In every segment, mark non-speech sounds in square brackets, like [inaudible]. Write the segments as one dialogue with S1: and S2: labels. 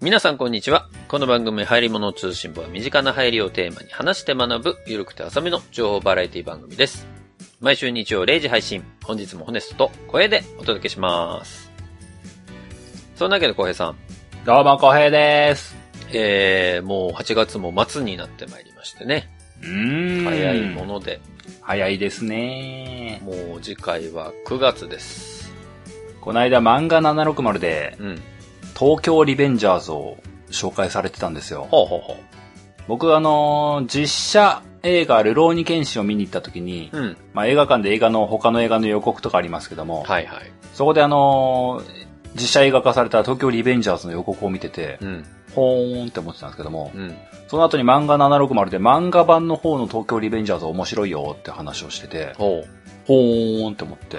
S1: 皆さんこんにちは。この番組、入り物通信部は身近な入りをテーマに話して学ぶ、ゆるくて浅めの情報バラエティ番組です。毎週日曜0時配信、本日もホネストと声でお届けします。そんなわけで、浩平さん、
S2: どうも、こへいです。
S1: えー、もう8月も末になってまいりましてね。
S2: うーん
S1: 早いも。ので、
S2: 早いですね。
S1: もう次回は9月です。
S2: この間、漫画760で、
S1: うん。
S2: 東京リベンジャーズを紹介されてたんですよ。
S1: ほうほうほ
S2: 僕、あのー実写映画、ルローニケンシンを見に行った時に、
S1: う。うん。
S2: まあ、映画館で映画の、他の映画の予告とかありますけども、
S1: はいはい。
S2: そこであのー実写映画化された東京リベンジャーズの予告を見てて
S1: う、ん。
S2: ほーんって思ってたんですけども
S1: う、ん。
S2: その後に漫画760で漫画版の方の東京リベンジャーズ面白いよって話をしてて、
S1: ほう。
S2: ほーんって思って、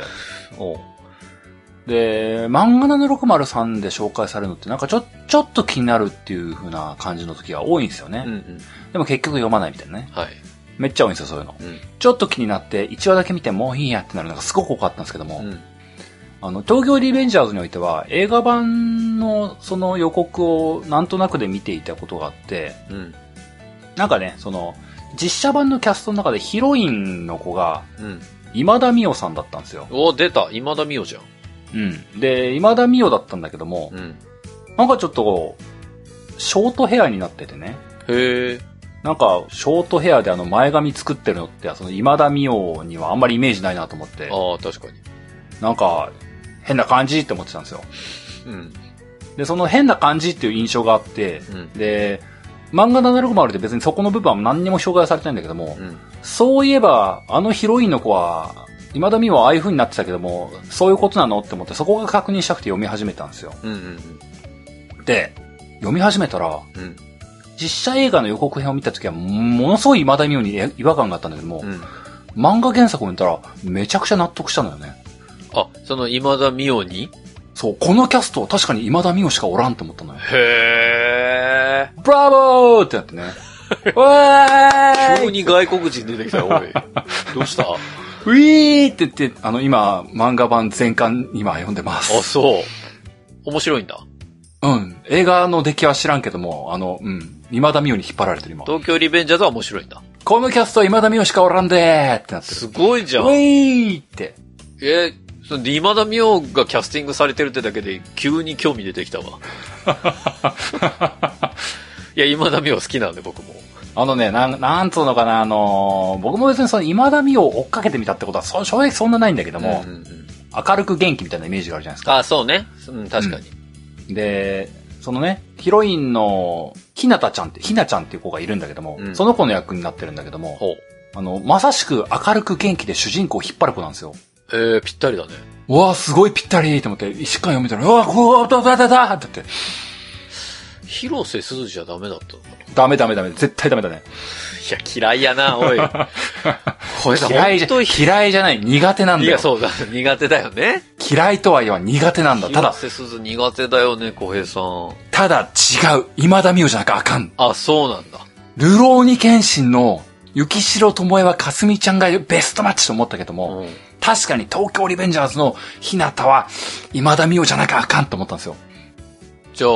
S1: ほう。
S2: で、漫画760 3で紹介されるのってなんかちょ、ちょっと気になるっていう風な感じの時が多いんですよね。
S1: うんうん。
S2: でも結局読まないみたいなね。
S1: はい。
S2: めっちゃ多いんですよ、そういうの。
S1: うん
S2: ちょっと気になって、1話だけ見てもういいやってなるのがすごく多かったんですけども、
S1: うん。
S2: あの、東京リベンジャーズにおいては映画版のその予告をなんとなくで見ていたことがあって、
S1: うん。
S2: なんかね、その、実写版のキャストの中でヒロインの子が
S1: うん。
S2: 今田美桜さんだったんですよ。
S1: お、出た今田美桜じ
S2: うん。で、今田美桜だったんだけども
S1: ゃん。、うん。
S2: なんかちょっとこう、ショートヘアになっててね。
S1: へえ。
S2: なんか、ショートヘアであの前髪作ってるのって、その今田美桜にはあんまりイメージないなと思って、
S1: ああ、確かに。
S2: なんか、変な感じって思ってたんですよ。
S1: うん。
S2: で、その変な感じっていう印象があって、
S1: うん。
S2: で、漫画760で別にそこの部分は何にも紹介されてないんだけども
S1: う、ん。
S2: そういえば、あのヒロインの子は、今田美桜はああいう風になってたけども、そういうことなのって思って、そこが確認したくて読み始めたんですよ。
S1: うん。うん。
S2: で、読み始めたら、
S1: うん。
S2: 実写映画の予告編を見た時は、ものすごい今田美桜にえ違和感があったんだけども、
S1: うん。
S2: 漫画原作を見たら、めちゃくちゃ納得したのよね。
S1: あ、その今田美桜に
S2: そう、このキャストは確かに今田美桜しかおらんと思った
S1: [laughs]
S2: のよ。
S1: へえ。
S2: ブラボーって
S1: [laughs]
S2: なってね。うわ
S1: 急 [laughs]
S2: ーい
S1: に外国人出てきたよ、 [laughs] おい。どうしたあ、
S2: ウィーって言って、あの、今、漫画版全巻、今読んでます。
S1: そう。面白いんだ。
S2: うん。映画の出来は知らんけども、あの、うん。今田美桜に引っ張られてる今。
S1: 東京リベンジャーズは面白いんだ。
S2: このキャストは今田美桜しかおらんでーってなってる。
S1: すごいじゃ
S2: ウ
S1: ん。
S2: ィーって。
S1: え、その今田美桜がキャスティングされてるってだけで急に興味出て [laughs] きたわ。いや、今田美桜好きなんで僕も。
S2: あのね、なん、なんつうのかな、あのー僕も別にその今田美桜を追っかけてみたってことは、そう正直そんなないんだけども、
S1: うんうんうん
S2: 明るく元気みたいなイメージがあるじゃないですか。
S1: あ、そうね。うん、確かに。
S2: で、そのね、ヒロインの、ひなたちゃんって、ひなちゃんっていう子がいるんだけども、
S1: うん
S2: その子の役になってるんだけども、
S1: ほう。
S2: あの、まさしく明るく元気で主人公を引っ張る子なんですよ。
S1: えー、ぴったりだね。
S2: うわあすごいぴったりと思って、一巻読めたら、うわーこう、だだだだって言って、
S1: 広瀬すずじゃダメだったのかない
S2: ダメダメダメ、絶対ダメだね。
S1: や、嫌いやな、
S2: [laughs]
S1: おい。これさ、
S2: 嫌いじ
S1: 本当に
S2: ゃ、嫌いじゃない、苦手なん
S1: い
S2: だ
S1: や、
S2: よ。
S1: そうだ、苦手だよね。
S2: 嫌いとは言わん、苦手なんだ。ただ
S1: 広、瀬すず苦手だよね、小平さん。
S2: ただ違う、今田美桜じゃなきゃあかん。
S1: あ、そうなんだ。
S2: ルローニケンシンの、雪城智恵はかすみちゃんがベストマッチと思ったけども、
S1: うん。
S2: 確かに東京リベンジャーズの日向は、今田美桜じゃなきゃあかんと思ったんですよ。
S1: じゃあ、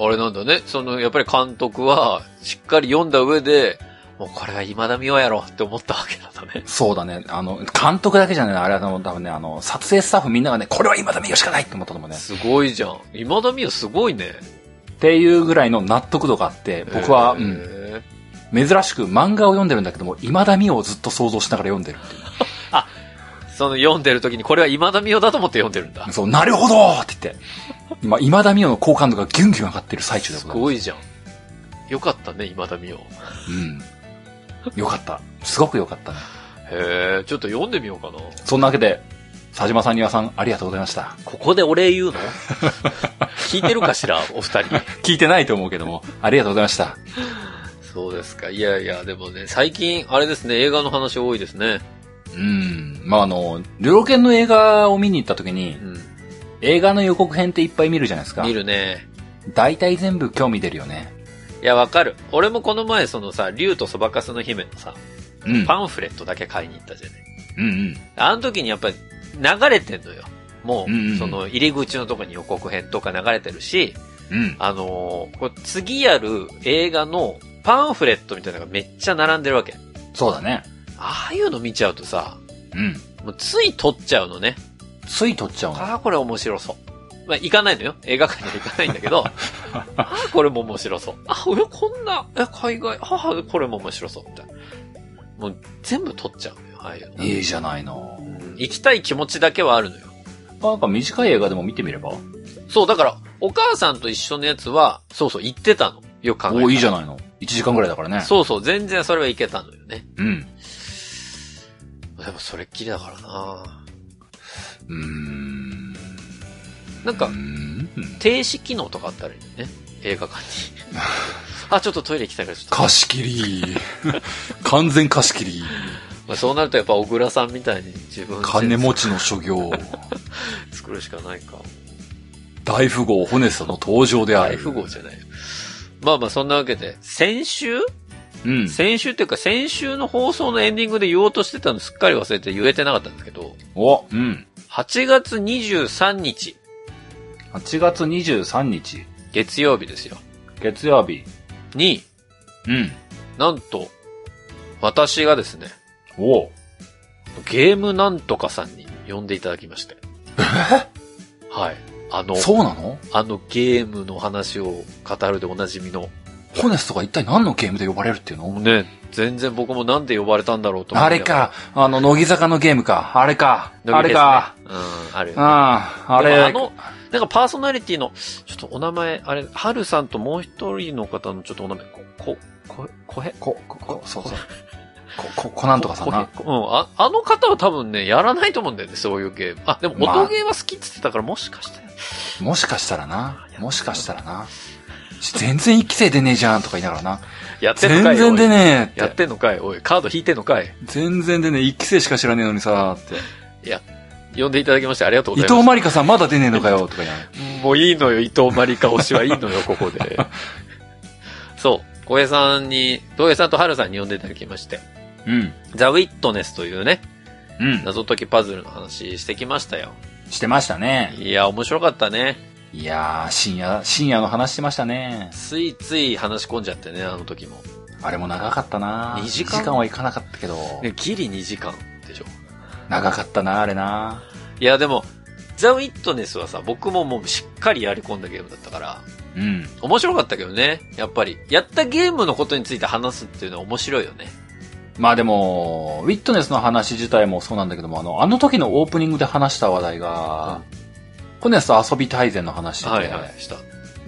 S1: あれなんだね。その、やっぱり監督は、しっかり読んだ上で、もうこれは今田美桜やろって思ったわけなんだ
S2: [laughs]
S1: ね。
S2: そうだね。あの、監督だけじゃない、あれは多分ね、あの、撮影スタッフみんながね、これは今田美桜しかないって思ったと思うね。
S1: すごいじゃん。今田美桜すごいね。
S2: っていうぐらいの納得度があって、僕は、
S1: へ
S2: うん、
S1: ー
S2: 珍しく漫画を読んでるんだけども、今田美桜をずっと想像しながら読んでるっていう。
S1: その読んでる時に、これは今田美桜だと思って読んでるんだ。
S2: そう、なるほどって言って、今、今田美桜の好感度がギュンギュン上がってる最中でご
S1: す
S2: ざいま
S1: ごいじゃん。よかったね、今田美桜。
S2: す。うん。よかった。すごくよかったね。
S1: へえ、ちょっと読んでみようかな。
S2: そんなわけで、佐島さん、丹羽さん、ありがとうございました。
S1: ここでお礼言う [laughs] の聞いてるかしら、お二人。
S2: 聞いてないと思うけども、ありがとうございました。
S1: そうですか。いやいや、でもね、最近、あれですね、映画の話多いですね。
S2: うん。まあ、あの、ルロケンの映画を見に行った時に
S1: う、ん。
S2: 映画の予告編っていっぱい見るじゃないですか
S1: 見。るね。
S2: 大体全部興味出るよね。
S1: いや、わかる。俺もこの前、そのさ、竜とそばかすの姫のさ、
S2: うん。
S1: パンフレットだけ買いに行ったじゃない。
S2: うんうん。
S1: あの時にやっぱり、流れてんのよ。も
S2: うんうんう
S1: う、
S2: ん
S1: その、入り口のとこに予告編とか流れてるし、
S2: うん。
S1: あのーこれ次やる映画のパンフレットみたいなのがめっちゃ並んでるわけ。
S2: そうだね。
S1: ああいうの見ちゃうとさ、
S2: うん。
S1: もうつい撮っちゃうのね。
S2: つい取っちゃうの。
S1: ああ、これ面白そう。まあ、行かないのよ。映画館には行かないんだ
S2: [laughs]
S1: けど、ああ、これも面白そう。あ、え、こんな、え、海外、ああ、これも面白そう。みたいな。もう全部撮っちゃうのよ、ああいうの。
S2: いいじゃないの。
S1: うん行きたい気持ちだけはあるのよ。
S2: なんか短い映画でも見てみれば
S1: そう、だから、お母さんと一緒のやつは、そうそう、行ってたの。よく考えたら
S2: おいいじゃないの。1時間ぐらいだからね。
S1: そうそう、全然それはいけたのよね。
S2: う。うん。
S1: でもそれっきりだからな
S2: うーん。
S1: なんか
S2: うー、ん。
S1: 停止機能とかあったらいいよね。映画
S2: [laughs]
S1: 館に。あ、ちょっとトイレ行きたいからちょっと。
S2: 貸し切り。完全貸し切り。
S1: まあ、そうなるとやっぱ小倉さんみたいに自分で
S2: 金持ちの所業。
S1: 作るしかないか。
S2: 大富豪ホネストの登場であ
S1: 大
S2: る。
S1: 富豪じゃないよ。まあまあそんなわけで、先週
S2: うん。
S1: 先週っていうか先週の放送のエンディングで言おうとしてたのすっかり忘れて言えてなかったんですけど、
S2: お、うん。
S1: 8月23日、
S2: 8月23日、
S1: 月曜日ですよ。
S2: 月曜日。
S1: に、
S2: うん。
S1: なんと、私がですね、
S2: お
S1: ゲームなんとかさんに呼んでいただきまして。はい。あの、
S2: そうなの
S1: あのゲームの話を語るでおなじみの。
S2: ホネストが一体何のゲームで呼ばれるっていうの
S1: ね、全然僕もなんで呼ばれたんだろうと思
S2: あ
S1: って
S2: れ。か、あの、乃木坂のゲームか。あれか。あ
S1: 乃木
S2: れ
S1: ですね
S2: か。。
S1: うん、あれ。
S2: ああ、あ
S1: で
S2: れ。
S1: もあの、なんかパーソナリティの、ちょっとお名前、あれ、はるさんともう一人の方のちょっとお名前、こ、こ、こ、こへ
S2: こ、こ、こ、そうそう。こ、こ、こなんとかさんな。
S1: こへうん、あ、あの方は多分ね、やらないと思うんだよね、そういうゲーム。あ、でも
S2: まあ
S1: 音ゲーは好きって言ってたから、もしかして。
S2: もしかしたらな。もしかしたらな。全然一期生出ねえじゃんとか言いながらな。
S1: やってんの
S2: 全
S1: かい
S2: 然出
S1: ね
S2: ねえ
S1: や
S2: っ。
S1: っててんのかいおい、カード引いてんのかい
S2: 全然出ねえ。一期生しか知らねえのにさ、って。
S1: 呼んでいただきましてありがとうご
S2: 伊
S1: ざいます。
S2: 藤まりかさんまだ出ねえのかよ、とか言いながら。
S1: もういいのよ、伊藤まりか推しはいいの [laughs] よ、ここで。そう。小江さんに、東江さんと春さんに呼んでいただきまして、
S2: うん。
S1: ザ・ウィットネスというね、
S2: うん。
S1: 謎解きパズルの話してきましたよ。
S2: してましたね。
S1: いや、面白かったね。
S2: いやー、深夜、深夜の話してましたね。
S1: ついつい話し込んじゃってね、あの時も。
S2: あれも長かったな
S1: 二時間
S2: 時間はいかなかったけど。
S1: ね、ギリ2時間でしょ。
S2: 長かったなあれない
S1: や、でも、ザ・ウィットネスはさ、僕ももうしっかりやり込んだゲームだったから、
S2: うん。
S1: 面白かったけどね、やっぱり。やったゲームのことについて話すっていうのは面白いよね。
S2: まあでも、ウィットネスの話自体もそうなんだけども、あの、あの時のオープニングで話した話題が、コネスと遊び大全の話で、
S1: はいはい、した。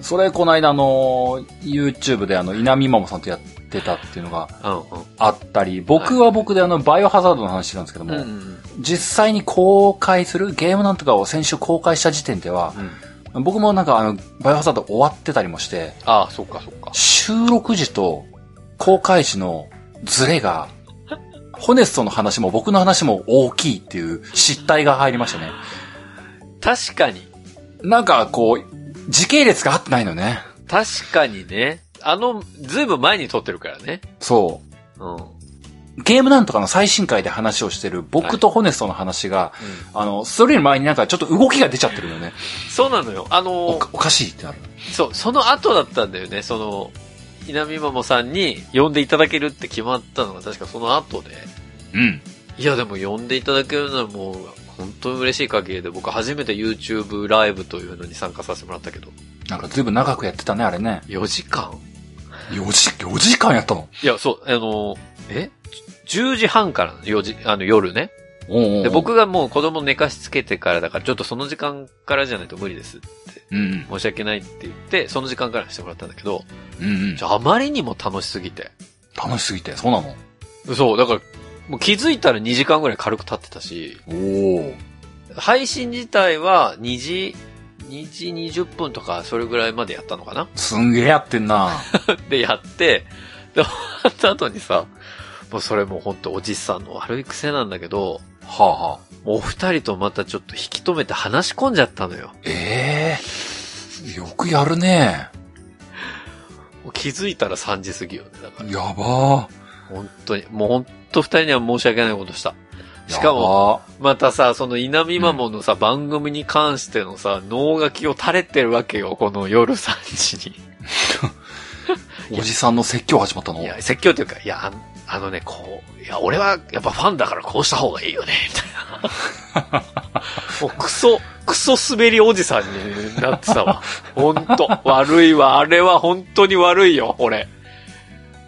S2: それこの間あの、YouTube であの、稲見ママさんとやってたっていうのが
S1: うん
S2: あったり、僕は僕であの、バイオハザードの話してたんですけども、
S1: うん。うん。
S2: 実際に公開する、ゲームなんとかを先週公開した時点では、
S1: うん。
S2: 僕もなんかあの、バイオハザード終わってたりもして、
S1: ああ、そっかそっか。
S2: 収録時と公開時のズレが、ホネストの話も僕の話も大きいっていう失態が入りましたね。
S1: 確かに。
S2: なんかこう、時系列が合ってないのね。
S1: 確かにね。あの、ずいぶん前に撮ってるからね。
S2: そ
S1: うん。うん。
S2: う。ゲームなんとかの最新回で話をしてる僕とホネストの話が、あの、それより前になんかちょっと動きが出ちゃってるのよね。
S1: そうなのよ。あ
S2: お
S1: の
S2: か、おかしいってなる。
S1: そう、その後だったんだよね。その、稲見ママさんに呼んでいただけるって決まったのが確かその後で。
S2: うん。
S1: いや、でも呼んでいただけるのはもう、本当に嬉しい限りで、僕初めて YouTube ライブというのに参加させてもらったけど、
S2: なんかずいぶん長くやってたね、あれね。
S1: 4時間
S2: 4時、4時間やったの
S1: いや、そう、あの、え ?10 時半からの、4時、あの、夜ね。
S2: おうおうおう
S1: で、、僕がもう子供寝かしつけてからだから、ちょっとその時間からじゃないと無理です。
S2: うん
S1: 申し訳ないって言って、その時間からにしてもらったんだけど、
S2: うん。うんうん
S1: ち。ょあまりにも楽しすぎて。
S2: 楽しすぎて、そうなの
S1: そう、だから、もう気づいたら2時間ぐらい軽く経ってたし、
S2: おお。
S1: 配信自体は2時、2時20分とかそれぐらいまでやったのかな
S2: すんげえやってんな。 [laughs]
S1: で、やって、で、終わった後にさ、もうそれもうほんとおじさんの悪い癖なんだけど、
S2: はあはあ。
S1: もうお二人とまたちょっと引き止めて話し込んじゃったのよ。
S2: ええよくやるね。
S1: もう気づいたら3時過ぎよね、だから。
S2: やばー。
S1: 本当に、もう本当二人には申し訳ないことした。しかも、
S2: も、
S1: またさ、その稲見マモのさ、番組に関してのさ、脳書きを垂れてるわけよ、この夜3時いや
S2: おじさんの説教始まったの
S1: に。いや、説教というか、いや、あんあのね、こう、いや、俺はやっぱファンだからこうした方がいいよね、みたい
S2: [laughs]
S1: な。もうクソ、クソ滑りおじさんになってたわ。ほんと、悪いわ、あれは本当に悪いよ、俺。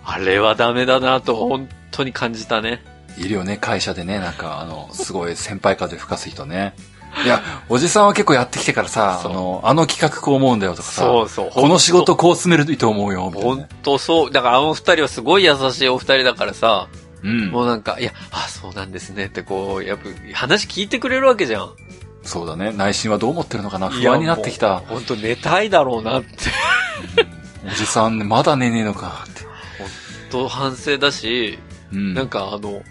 S1: あれはダメだなと、本当に感じたね。
S2: いるよね、会社でね、なんか、あの、すごい先輩風吹かす人ね。いや、おじさんは結構やってきてからさ、あ
S1: そう
S2: の、あの企画こう思うんだよとかさ、
S1: そうそう。
S2: この仕事こう詰めると思うよ、みたいな
S1: 本
S2: ね。
S1: 当そう。だからあの二人はすごい優しいお二人だからさ、
S2: うん。
S1: もうなんか、いや、あ、そうなんですねってこう、やっぱ話聞いてくれるわけじゃん。
S2: そうだね。内心はどう思ってるのかな不安になってきた。
S1: 本当寝たいだろうなって、
S2: おじさん、まだ寝ねえのかって。
S1: と反省だし、
S2: うん。
S1: なんかあの、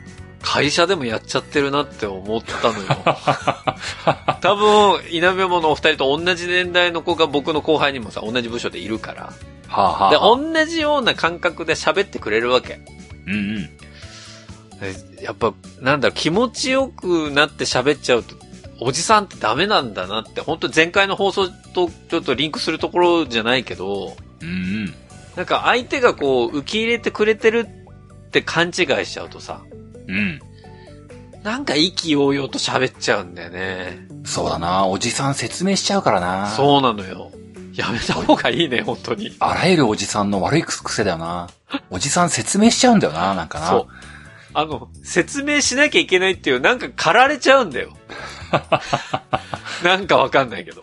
S1: 会社でもやっちゃってるなって思った
S2: [laughs]
S1: のよ。多分、稲部ものお二人と同じ年代の子が僕の後輩にもさ、同じ部署でいるから。
S2: はあ、はあ、
S1: で、同じような感覚で喋ってくれるわけ。
S2: うんうん。
S1: えやっぱ、なんだろう、気持ちよくなって喋っちゃうと、おじさんってダメなんだなって、本当前回の放送とちょっとリンクするところじゃないけど、
S2: うんうん。
S1: なんか相手がこう、受け入れてくれてるって勘違いしちゃうとさ、
S2: うん。
S1: なんか意気揚々と喋っちゃうんだよね。
S2: そうだな。おじさん説明しちゃうからな。う。
S1: そうなのよ。やめた方がいいね、本当に。
S2: あらゆるおじさんの悪い癖だよ
S1: [laughs]
S2: な。おじさん説明しちゃうんだよな、なんかな。
S1: そう。あの、説明しなきゃいけないっていう、なんか駆られちゃうんだよ。なんかわかんないけど。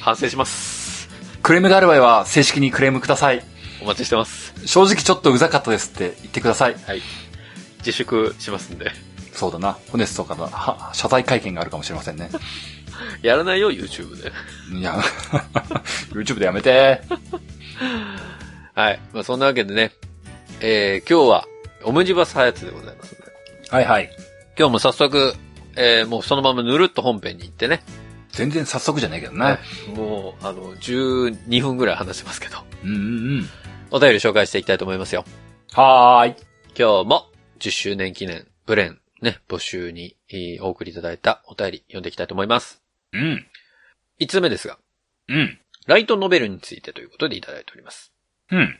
S1: 反省します。
S2: クレームがある場合は、正式にクレームください。
S1: お待ちしてます。
S2: 正直ちょっとうざかったですって言ってください。
S1: はい。自粛しますんで。
S2: そうだな。ホネストからは謝罪会見があるかもしれません
S1: [laughs]
S2: ね。
S1: やらないよ、YouTube で。
S2: いや、YouTube でやめて。
S1: はい。まあ、そんなわけでね、えー、今日は、オムジバスハヤツでございますので。
S2: はいはい。
S1: 今日も早速、えー、もうそのままぬるっと本編に行ってね。
S2: 全然早速じゃないけどね。
S1: はい。もう、あの、12分ぐらい話してますけど。
S2: うんうんうん。
S1: お便り紹介していきたいと思いますよ。
S2: はーい。
S1: 今日も10周年記念、ブレン、ね、募集にえーお送りいただいたお便り読んでいきたいと思います。
S2: うん。
S1: 5つ目ですが、
S2: うん。
S1: ライトノベルについてということでいただいております。
S2: うん。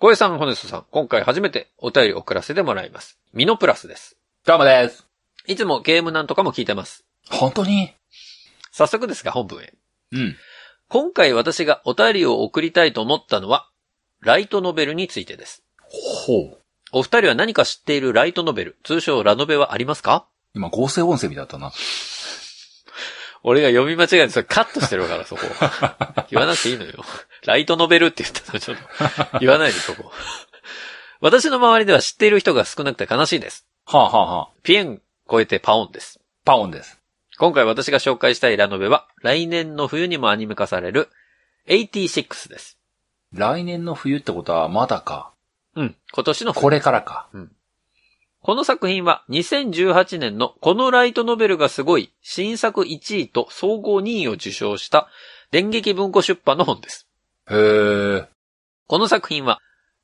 S1: 小江さん、ホネストさん、今回初めてお便り送らせてもらいます。ミノプラスです。
S2: どうもです。
S1: いつもゲームなんとかも聞いてます。
S2: 本当に
S1: 早速ですが、本文へ。
S2: うん。
S1: 今回私がお便りを送りたいと思ったのは、ライトノベルについてです。
S2: ほう。
S1: お二人は何か知っているライトノベル、通称ラノベはありますか
S2: 今合成音声みたいだったな。
S1: 俺が読み間違えてそれカットしてるから、そこ。言わなくていいのよ。ライトノベルって言ったの、ちょっと。言わないで、そこ。私の周りでは知っている人が少なくて悲しいです。
S2: はあ、はあはあ、
S1: ピエン超えてパオンです。
S2: パオンです。
S1: 今回私が紹介したいラノベは、来年の冬にもアニメ化される、86です。
S2: 来年の冬ってことはまだか。
S1: うん。今年の冬
S2: これからか。
S1: この作品は2018年のこのライトノベルがすごい新作1位と総合2位を受賞した電撃文庫出版の本です。
S2: へえ。
S1: この作品は、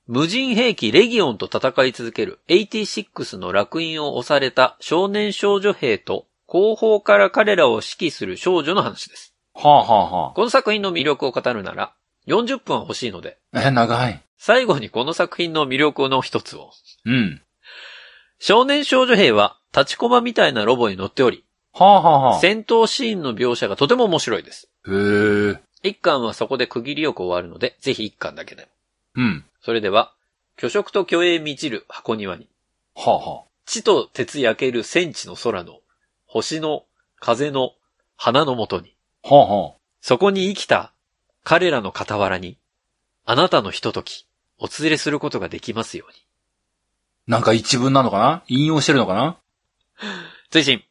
S1: 無人兵器レギオンと戦い続ける86の楽印を押された少年少女兵と後方から彼らを指揮する少女の話です。
S2: はあ、はあは
S1: この作品の魅力を語るなら、40分は欲しいので、
S2: あ、え、長い。
S1: 最後にこの作品の魅力の一つを。
S2: うん。
S1: 少年少女兵は立ちコマみたいなロボに乗っており、
S2: はあ、はあはあ。へ
S1: 戦闘シーンの描写がとても面白いです。
S2: え。
S1: 一巻はそこで区切りよく終わるので、ぜひ一巻だけで。
S2: うん。
S1: それでは、巨食と巨栄満ちる箱庭に、
S2: はあ、は
S1: 地と鉄焼ける戦地の空の、星の風の花のもとに、
S2: あ。はあ、はあ。
S1: そこに生きた彼らの傍らに、あなたのひととき、お連れすることができますように。
S2: なんか一文なのかな引用してるのかな
S1: 追伸。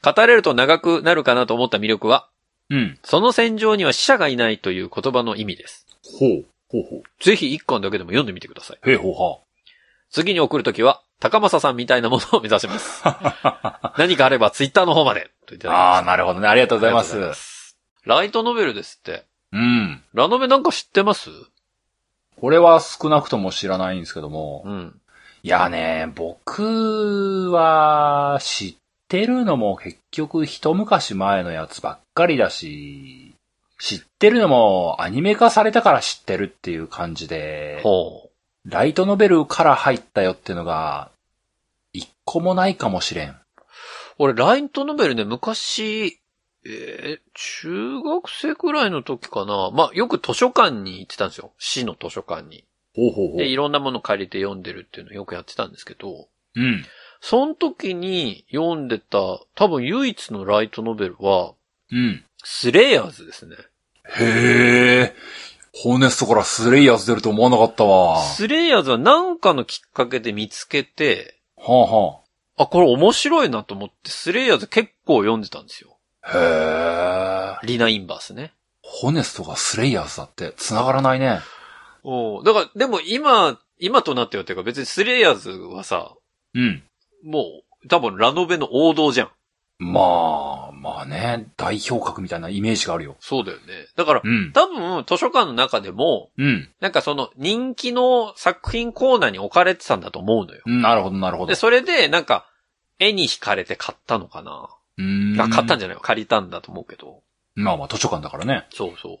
S1: 語れると長くなるかなと思った魅力は、
S2: うん。
S1: その戦場には死者がいないという言葉の意味です。
S2: ほう。ほうほ
S1: ぜひ一巻だけでも読んでみてください。
S2: う。へいほうは
S1: 次に送るときは、高政さんみたいなものを目指し
S2: [laughs]
S1: ます。何かあればツイッターの方まで。といただきま
S2: あ
S1: し
S2: あー、なるほどね。ありがとう
S1: た
S2: ございま。
S1: ありがとうございますす。ライトノベルですって。
S2: うん。
S1: ラノベなんか知ってます
S2: これは少なくとも知らないんですけども、
S1: うん。
S2: いやね、僕は知ってるのも結局一昔前のやつばっかりだし、知ってるのもアニメ化されたから知ってるっていう感じで、
S1: ほ
S2: ライトノベルから入ったよっていうのが、一個もないかもしれん。
S1: う。俺、ライトノベルね、昔、えー中学生くらいの時かな。まあ、よく図書館に行ってたんですよ。市の図書館に。
S2: ほうほうほ
S1: で、いろんなもの借りて読んでるっていうのをよくやってたんですけど、
S2: うん。
S1: その時に読んでた、多分唯一のライトノベルは、
S2: うん。
S1: スレイヤーズですね。
S2: へえ。ホーネストからスレイヤーズ出ると思わなかったわ。は
S1: スレイヤーズは何かのきっかけで見つけて、
S2: あは
S1: あ、これ面白いなと思って、スレイヤーズ結構読んでたんですよ。
S2: あ。へえ。
S1: リナ・インバースね。
S2: ホネストがスレイヤーズだって、繋がらないね。
S1: おうだから、でも今、今となってはっていうか別にスレイヤーズはさ、
S2: うん。
S1: もう、多分ラノベの王道じゃん。
S2: まあ、まあね、代表格みたいなイメージがあるよ。
S1: そうだよね。だから、
S2: うん。
S1: 多分図書館の中でも、
S2: うん。
S1: なんかその人気の作品コーナーに置かれてたんだと思うのよ。
S2: うんなるほど、なるほど
S1: で、。それで、なんか、絵に惹かれて買ったのかな、
S2: うーん。
S1: あ買ったん
S2: じ
S1: じゃないわ借りたんだと思うけど。
S2: ゃまあまあ、図書館だからね。
S1: そうそう。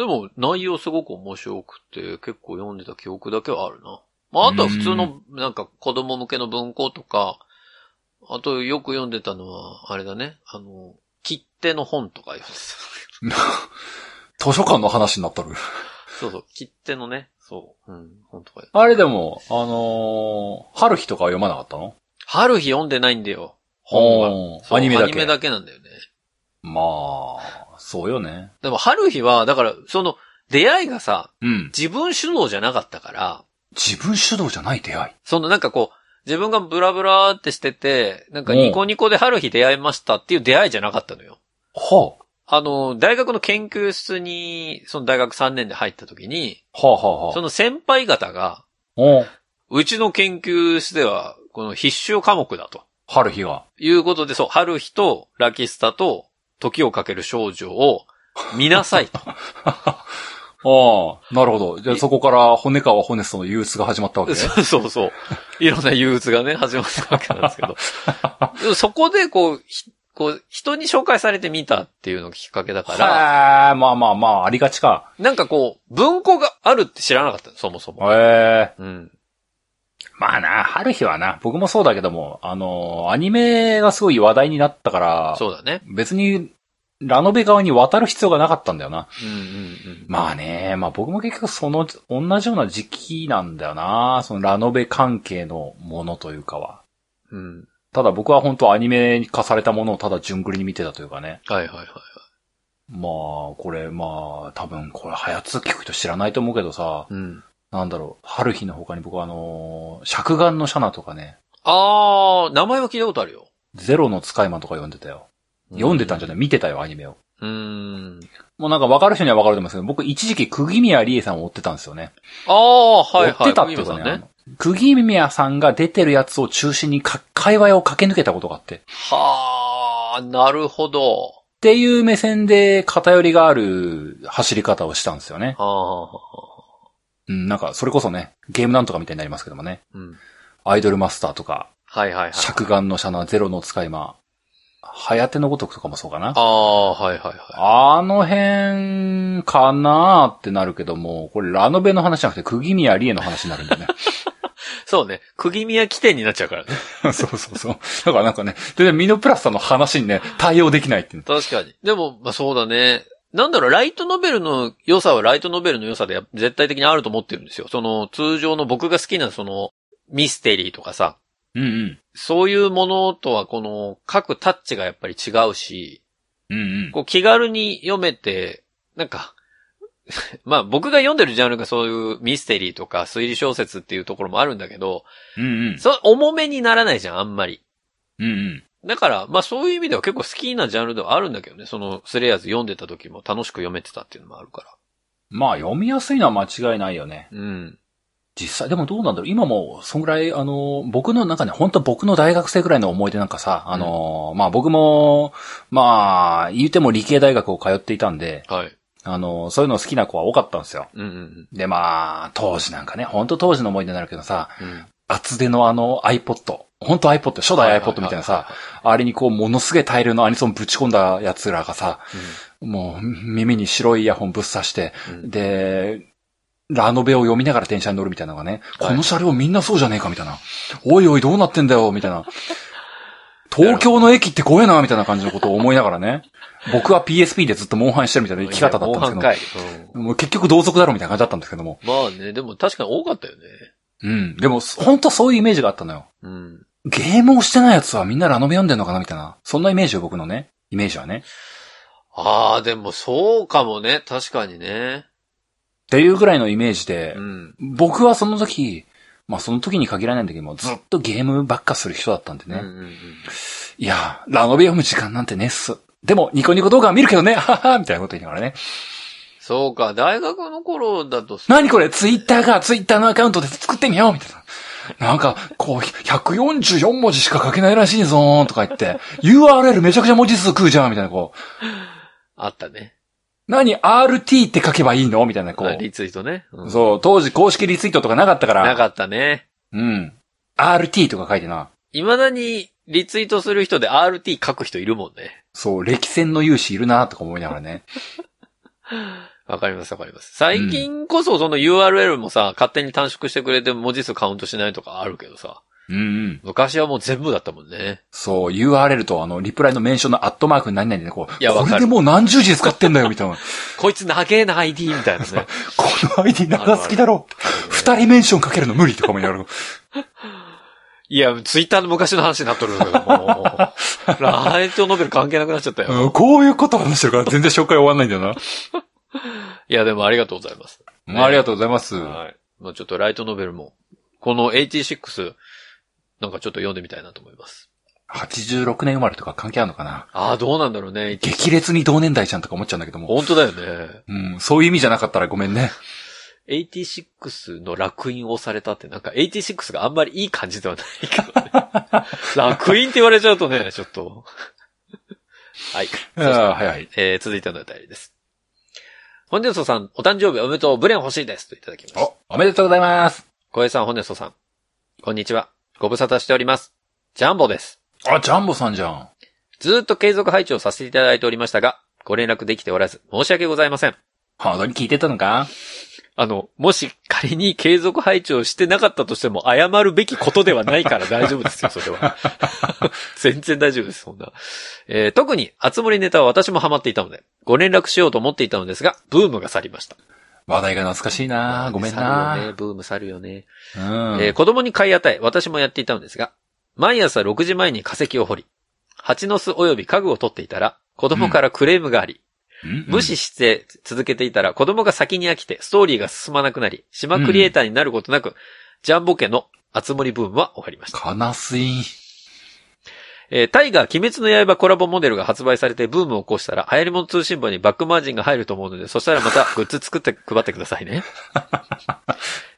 S1: でも、内容すごく面白くて、結構読んでた記憶だけはあるな。まあ、あとは普通の、なんか子供向けの文庫とか、あとよく読んでたのは、あれだね、あの、切手の本とか
S2: [laughs]
S1: 読んでた。
S2: 図書館の [laughs] 話になっとる。
S1: そうそう、切手のね、そう、うん、本とか。
S2: あれでも、あのー、春日とかは読まなかったの
S1: 春日読んでないんだよ。
S2: 本
S1: そう
S2: アニメだ
S1: アニメ
S2: け。
S1: だけなんだよね。
S2: まあ、そうよね。
S1: でも、春日は、だから、その、出会いがさ、
S2: うん。
S1: 自分主導じゃなかったから、
S2: 自分主導じゃない出会い。
S1: そのなんかこう、自分がブラブラーってしてて、なんかニコニコで春日出会いましたっていう出会いじゃなかったのよ。
S2: は
S1: あの、大学の研究室に、その大学3年で入った時に、
S2: あ、はあ、はあ、
S1: そ
S2: はあ。
S1: の先輩方が、
S2: うん。
S1: うちの研究室では、この必修科目だと。
S2: 春日が。
S1: いうことで、そう、春日とラキスタと時をかける少女を見なさいと。
S2: ああ、なるほど。じゃあそこから、骨川骨その憂鬱が始まったわけ
S1: [laughs]
S2: ね。
S1: そうそうそう。いろんな憂鬱がね、始まったわけなんです
S2: [laughs]
S1: けど。でもそこでこう、ひこう、人に紹介されてみたっていうのがきっかけだから、
S2: はあ、まあまあまあ、ありがちか。
S1: なんかこう、文庫があるって知らなかったのそもそ
S2: ええ
S1: も。うん。
S2: まあな、春日はな、僕もそうだけども、あのー、アニメがすごい話題になったから、
S1: そうだね。
S2: 別に、ラノベ側に渡る必要がなかったんだよな。
S1: うんうんうん。
S2: まあね、まあ僕も結局その、同じような時期なんだよな、そのラノベ関係のものというかは。
S1: うん。
S2: ただ僕は本当アニメ化されたものをただ順繰りに見てたというかね。
S1: はいはいはい。
S2: まあ、これ、まあ、多分これ、はやつ聞く人知らないと思うけどさ、
S1: うん。
S2: なんだろう、春日の他に僕はあのー、尺眼のシャナとかね、
S1: あー、名前は聞いたことあるよ。
S2: ゼロの使い魔とか読んでたよ。読んでたんじゃない見てたよ、アニメを。
S1: うーん。
S2: もうなんか分かる人には分かると思うんですけど、僕一時期、釘宮理恵さんを追ってたんですよね。
S1: あー、はいはい。
S2: 追ってたっていう
S1: 小
S2: か
S1: 宮
S2: ね。
S1: さ
S2: あ
S1: んね。
S2: の釘宮さんが出てるやつを中心にか、界隈を駆け抜けたことがあって。っ
S1: はー、なるほど。
S2: ていう目線で偏りがある走り方をしたんですよね。
S1: はー。
S2: うん、なんか、それこそね、ゲームなんとかみたいになりますけどもね。
S1: うん。
S2: アイドルマスターとか、
S1: はいはいはい。
S2: 尺眼のシャナ、ゼロの使い魔、ハヤテのごとくとかもそうかな。
S1: あー、はいはいはい。
S2: あの辺かなーってなるけども、これラノベの話じゃなくて、釘宮理恵の話になるんだよね。
S1: そうね。釘宮起点になっちゃうからね。
S2: [laughs] そうそうそう。だからなんかね、全然ミノプラスさんの話にね、対応できないっていう。
S1: 確かに。でも、まあそうだね。なんだろう、ライトノベルの良さはライトノベルの良さでや絶対的にあると思ってるんですよ。その通常の僕が好きなそのミステリーとかさ、
S2: うんうん。
S1: そういうものとはこの各タッチがやっぱり違うし、
S2: うんうん。
S1: こう気軽に読めて、なんか、 [laughs] まあ僕が読んでるジャンルがそういうミステリーとか推理小説っていうところもあるんだけど、
S2: うんうん。
S1: そう重めにならないじゃん、あんまり。
S2: うんうん。
S1: だから、まあそういう意味では結構好きなジャンルではあるんだけどね。そのスレイヤーズ読んでた時も楽しく読めてたっていうのもあるか
S2: まあ、読みやすいのは間違いないよね。
S1: ら。うん。
S2: 実際、でもどうなんだろう今も、そんぐらい、あの、僕の中ね、本当僕の大学生ぐらいの思い出なんかさ、あの、まあ僕も、まあ、言うても理系大学を通っていたんで、
S1: はい。
S2: あの、そういうの好きな子は多かったんですよ。
S1: うんうん
S2: で、まあ、当時なんかね、ほんと当時の思い出になるけどさ、
S1: うん。うん。
S2: 厚手のあの iPod。本当 iPod、初代 iPod みたいなさ、あれにこうものすげえ大量のアニソンぶち込んだ奴らがさ、もう耳に白いイヤホンぶっ刺して、
S1: うん。
S2: で、ラノベを読みながら電車に乗るみたいなのがね、
S1: はい
S2: この車両みんなそうじゃねえかみたいな。おいおいどうなってんだよみたいな。東京の駅って怖えなみたいな感じのことを思いながらね。僕は PSP でずっとモンハンしてるみたいな生き方だったんです
S1: 後半
S2: け
S1: 回う
S2: ど、もう結局同族だろみたいな感じだったんですけども。
S1: んまあね、でも確かに多かったよね。
S2: うん。でも、本当そういうイメージがあったのよ。
S1: うん。
S2: ゲームをしてない奴はみんなラノベ読んでんのかなみたいな。そんなイメージよ、僕のね。イメージはね。
S1: ああ、でもそうかもね。確かにね。
S2: っていうぐらいのイメージで
S1: う、ん。
S2: 僕はその時、まあその時に限らないんだけども、ずっとゲームばっかする人だったんで
S1: うん
S2: ね。
S1: うんうん。
S2: いや、ラノベ読む時間なんてねっす。でも、ニコニコ動画は見るけどね、ははみたいなこと言いながらね。
S1: そうか、大学の頃だと、
S2: 何これツイッターが、ツイッターのアカウントで作ってみようみたいな。なんか、こう、144文字しか書けないらしいぞーんとか言って、URL めちゃくちゃ文字数食うじゃんみたいな、こう。
S1: あったね。
S2: 何 ?RT って書けばいいのみたいな、こ
S1: あ
S2: う。
S1: リツイートね。うん
S2: そう、当時公式リツイートとかなかったから。
S1: なかったね。
S2: うん。RT とか書いてな。
S1: 未だにリツイートする人で RT 書く人いるもんね。
S2: そう、歴戦の勇士いるなとか思いながらね。
S1: わかりますわかります。最近こそその URL もさ、勝手に短縮してくれて文字数カウントしないとかあるけどさ。
S2: うんうん。
S1: 昔はもう全部だったもんね。
S2: そう、URL とあの、リプライのメンションのアットマーク何々でこう、
S1: いやわ
S2: こ
S1: かる
S2: れでもう何十時使ってんだよ、みたいな。こ
S1: こいつ長えな ID みたいなね。
S2: の ID 長すぎだろ。二人メンションかけるの無理とかもやる。
S1: いや、ツイッターの昔の話になっとるんだけど、もう。ライトノベル関係なくなっちゃったよ。
S2: うんこういうこと話してるから全然紹介終わんないんだよな。
S1: いや、でもありがとうございます。
S2: まあありがとうございます。
S1: はい。まあちょっとライトノベルも、この86、なんかちょっと読んでみたいなと思います。
S2: 86年生まれとか関係あるのかな
S1: ああ、どうなんだろうね。
S2: 激烈に同年代じゃんとか思っちゃうんだけども。
S1: 本当だよね。
S2: うん、そういう意味じゃなかったらごめんね。
S1: 86の楽印をされたって、なんか86があんまりいい感じではないけどね。 [laughs] 楽印って言われちゃうとね、ちょっと。はい。
S2: ああ、はいはい。
S1: えー続いてのお便りです。ホネソさん、お誕生日おめでとう、ブレン欲しいですといただきました。
S2: お、おめでとうございます。
S1: 小江さん、ホネソさん、こんにちは。ご無沙汰しております。ジャンボです。
S2: あ、ジャンボさんじゃん。
S1: ずーっと継続配置をさせていただいておりましたが、ご連絡できておらず、申し訳ございません。
S2: 本当に聞いてたのか
S1: あの、もし仮に継続配置をしてなかったとしても、謝るべきことではないから大丈夫ですよ、それ
S2: [laughs]
S1: は。全然大丈夫です、そんな。えー特に、熱盛ネタは私もハマっていたので、ご連絡しようと思っていたのですが、ブームが去りました。
S2: 話題が懐かしいなごめん
S1: 去るよね、
S2: な
S1: ブーム去るよね。
S2: うん。
S1: えー子供に買い与え、私もやっていたのですが、毎朝6時前に化石を掘り、蜂の巣及び家具を取っていたら、子供からクレームがあり、
S2: うん
S1: 無視して続けていたら子供が先に飽きてストーリーが進まなくなり、島クリエイターになることなく、ジャンボ家の熱盛ブームは終わりました。
S2: 悲しい。
S1: えータイガー鬼滅の刃コラボモデルが発売されてブームを起こしたら、流行り物通信簿にバックマージンが入ると思うので、そしたらまたグッズ作って配ってくださいね。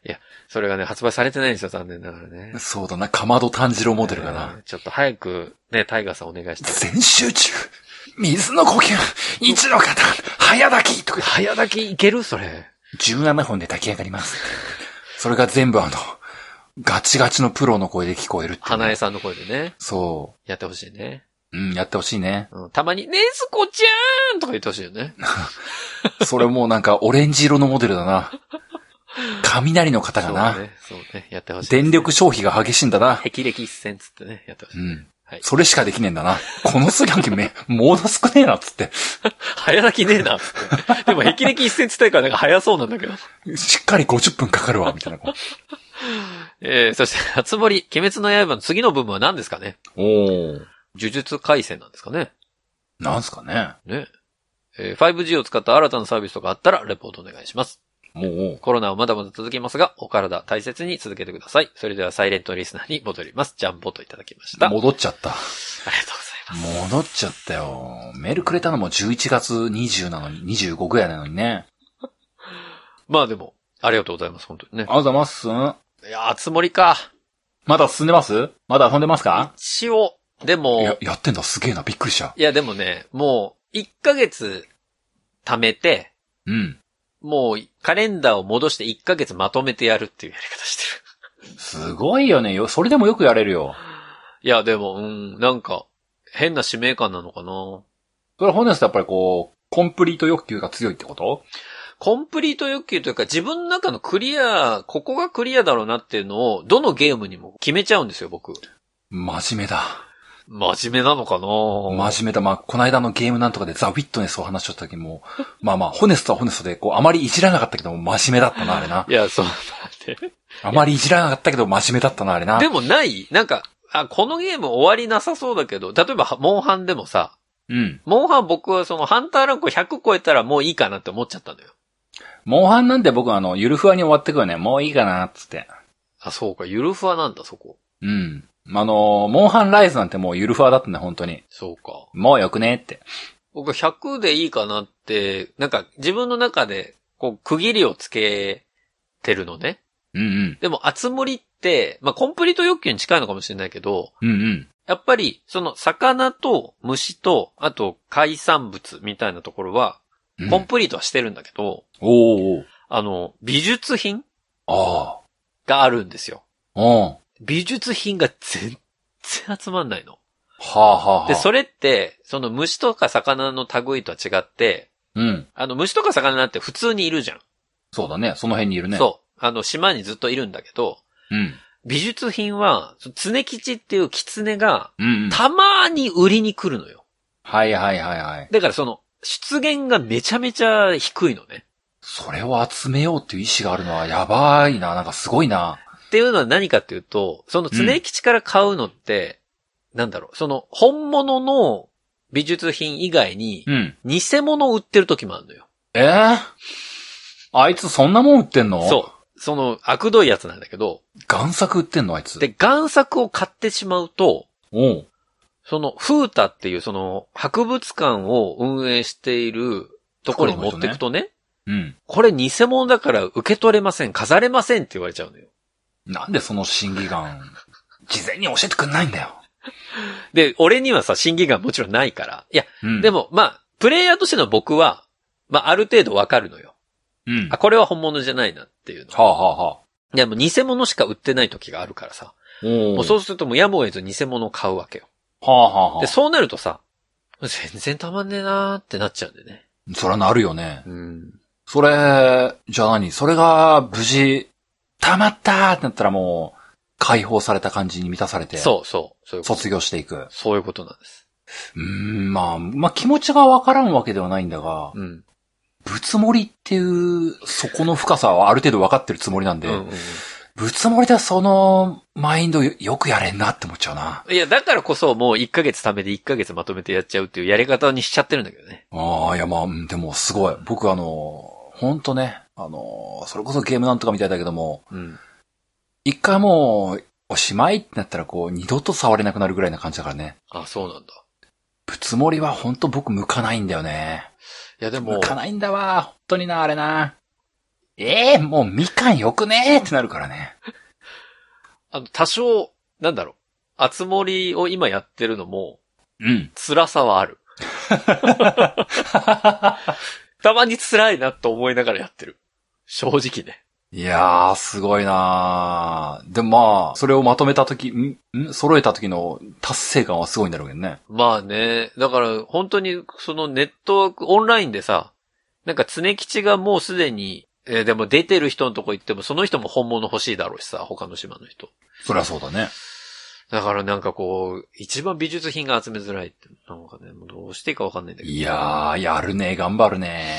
S1: いや、それがね、発売されてないんですよ、残念ながらね。
S2: そうだな、かまど炭治郎モデルだな。
S1: えーちょっと早く、ね、タイガーさんお願いして。
S2: 全集中水の呼吸一の方早炊きとか
S1: 早だけいけるそれ。
S2: !17 本で炊き上がります。それが全部あの、ガチガチのプロの声で聞こえるっていうね、
S1: 花江さんの声でね、
S2: そ
S1: やってほしいね。
S2: う。うん、やってほしいね。
S1: うん、たまに、ねずこちゃーんとか言ってほしいよね。
S2: それもうなんかオレンジ色のモデルだ [laughs] な。雷の方がな。
S1: そうね。そうね。やってほしい、
S2: 電力。消費が激しいんだな。
S1: 霹靂一閃つってね、やってほし
S2: う
S1: い。 [laughs]
S2: ん。
S1: はい
S2: それしかできねえんだな。このスギャンキめ、もの少ねえなっつって。
S1: 早泣きねえな、つって。でも、霹靂一閃つったからなんか早そうなんだけど。 [laughs]
S2: しっかり50分かかるわ、みたいな。
S1: えー、そして、初森、鬼滅の刃の次の部分は何ですかね
S2: おお。
S1: 呪術回戦なんですかね
S2: なんすかね。
S1: ね。えー、5G を使った新たなサービスとかあったら、レポートお願いします。
S2: もう、
S1: コロナはまだまだ続きますが、お体大切に続けてください。それでは、サイレントリスナーに戻ります。ジャンボといただきました。ありがとう
S2: 戻っちゃった。
S1: ございます。
S2: 戻っちゃったよ。メールくれたのも11月20なのに、25ぐらいなのにね。
S1: まあでも、ありがとうございます、本当にね。
S2: あざますま
S1: いやー、つ森か。
S2: だ進んでますまだ遊んでますか
S1: 一応、で
S2: い
S1: も、
S2: や、やってんだ。すげえな。びっくりした。
S1: いや、でもね、もう、1ヶ月貯めて、
S2: うん。
S1: もう、カレンダーを戻して1ヶ月まとめてやるっていうやり方してる。
S2: すごいよね。よ、それでもよくやれるよ。
S1: [laughs] いや、でも、うん、なんか、変な使命感なのかな
S2: それはホネストやっぱりこう、コンプリート欲求が強いってこと
S1: コンプリート欲求というか自分の中のクリア、ここがクリアだろうなっていうのを、どのゲームにも決めちゃうんですよ、僕。
S2: 真面目だ。
S1: 真面目なのかな
S2: 真面目だ。まあ、この間のゲームなんとかでザ・ウィットネスを話しとった時も、まあまあ、ホネストはホネストで、こう、あまりいじらなかったけども真面目だったな、あれな。
S1: いや、そうだね。
S2: あまりいじらなかったけど真面目だったな、あれな。
S1: でもないなんか、あ、このゲーム終わりなさそうだけど、例えば、はモンハンでもさ、
S2: うん。
S1: モンハン僕はそのハンターランクを100超えたらもういいかなって思っちゃったのよ。
S2: モンハンなんて僕はあの、ゆるふわに終わってくよね。もういいかな、つって。
S1: あ、そうか、ゆるふわなんだ、そこ。
S2: うん。あの、モンハンライズなんてもうゆるふわだったんだ、本当に。
S1: そうか。
S2: もうよくねって。
S1: 僕100でいいかなって、なんか自分の中で、こう、区切りをつけてるのね。
S2: うんうん。
S1: でも、厚盛りって、まあ、コンプリート欲求に近いのかもしれないけど、
S2: うんうん。
S1: やっぱり、その、魚と虫と、あと、海産物みたいなところは、
S2: うん
S1: コンプリートはしてるんだけど、
S2: おーおー
S1: あの、美術品
S2: あ
S1: があるんですよ。
S2: あ。うん。は
S1: 美術品が全然集まんないの。
S2: あはあはあ。
S1: で、それって、その虫とか魚の類とは違って、
S2: うん。
S1: あの、虫とか魚って普通にいるじゃん。
S2: そうだね。その辺にいるね。
S1: そう。あの、島にずっといるんだけど、
S2: う。うん。
S1: 美術品は、その常吉っていう狐が、
S2: うん、うん。
S1: たまーに売りに来るのよ。
S2: はいはいはいはい。
S1: だからその、出現がめちゃめちゃ低いのね。
S2: それを集めようっていう意志があるのはやばいな。なんかすごいな。
S1: っていうのは何かっていうと、その常吉から買うのって、なんだろう、その、本物の美術品以外に、
S2: うん。
S1: 偽物を売ってる時もあるのよ。
S2: ええあいつそんなもん売ってんの
S1: そう。その、悪どいやつなんだけど、
S2: う。贋作売ってんのあいつ。
S1: で、贋作を買ってしまうと、
S2: おう。
S1: その、フータっていうその、博物館を運営しているところに持ってくとね、
S2: うん。
S1: これ偽物だから受け取れません、飾れませんって言われちゃうのよ。
S2: なんでその審議眼、事前に教えてくんないんだよ。
S1: で、俺にはさ、審議がもちろんないから。いや、
S2: うん。
S1: で、も、まあ、プレイヤーとしての僕は、まあ、ある程度わかるのよ。
S2: うん。
S1: あ、
S2: は
S1: これは本物じゃないなっていうの。
S2: あ、はあはあ、
S1: でも、偽物しか売ってない時があるからさ。
S2: お
S1: もう
S2: う
S1: そうするともうやむを得ず偽物を買うわけよ。
S2: はあはあは
S1: で、そうなるとさ、全然たまんねえなーってなっちゃうんだよね。
S2: あ。そらなるよね。
S1: うん。
S2: それ、じゃあ何それが無事、溜まったーってなったらもう、解放された感じに満たされて、
S1: そうそう。そういうこと。
S2: 卒業していく。
S1: そういうことなんです。
S2: うーん、まあ、まあ気持ちがわからんわけではないんだが、
S1: うん。
S2: ぶつもりっていう、そこの深さはある程度わかってるつもりなんで、
S1: うんうん
S2: ぶつもりでその、マインドよよくやれんなって思っちゃうな。
S1: うん、いや、だからこそもう1ヶ月貯めて1ヶ月まとめてやっちゃうっていうやり方にしちゃってるんだけどね。
S2: ああ、いやまあ、うんでもすごい。僕あの、ほんとね、あの、それこそゲームなんとかみたいだけども、
S1: うん。
S2: 一回もう、おしまいってなったらこう、二度と触れなくなるぐらいな感じだからね。
S1: あ、そうなんだ。
S2: ぶつもりはほんと僕向かないんだよね。
S1: いや、でも
S2: 向、かないんだわ、ほんとにな、あれな。ええもうみかんよくねーってなるからね。
S1: あの、多少、なんだろう、あつ森を今やってるのも、
S2: うん。
S1: 辛さはあ [laughs] る。たまに辛いなと思いながらやってる。正直ね。
S2: いやー、すごいなー。でもまあ、それをまとめたとき、んん揃えた時の達成感はすごいんだろうけどね。
S1: まあね、だから本当にそのネットワーク、オンラインでさ、なんか常吉がもうすでに、えーでも出てる人のとこ行ってもその人も本物欲しいだろうしさ、他の島の人。
S2: そりゃそうだね。
S1: だからなんかこう、一番美術品が集めづらいって、なんかね、もうどうしていいかわかんないんだけど。
S2: いやー、やるねー、頑張るね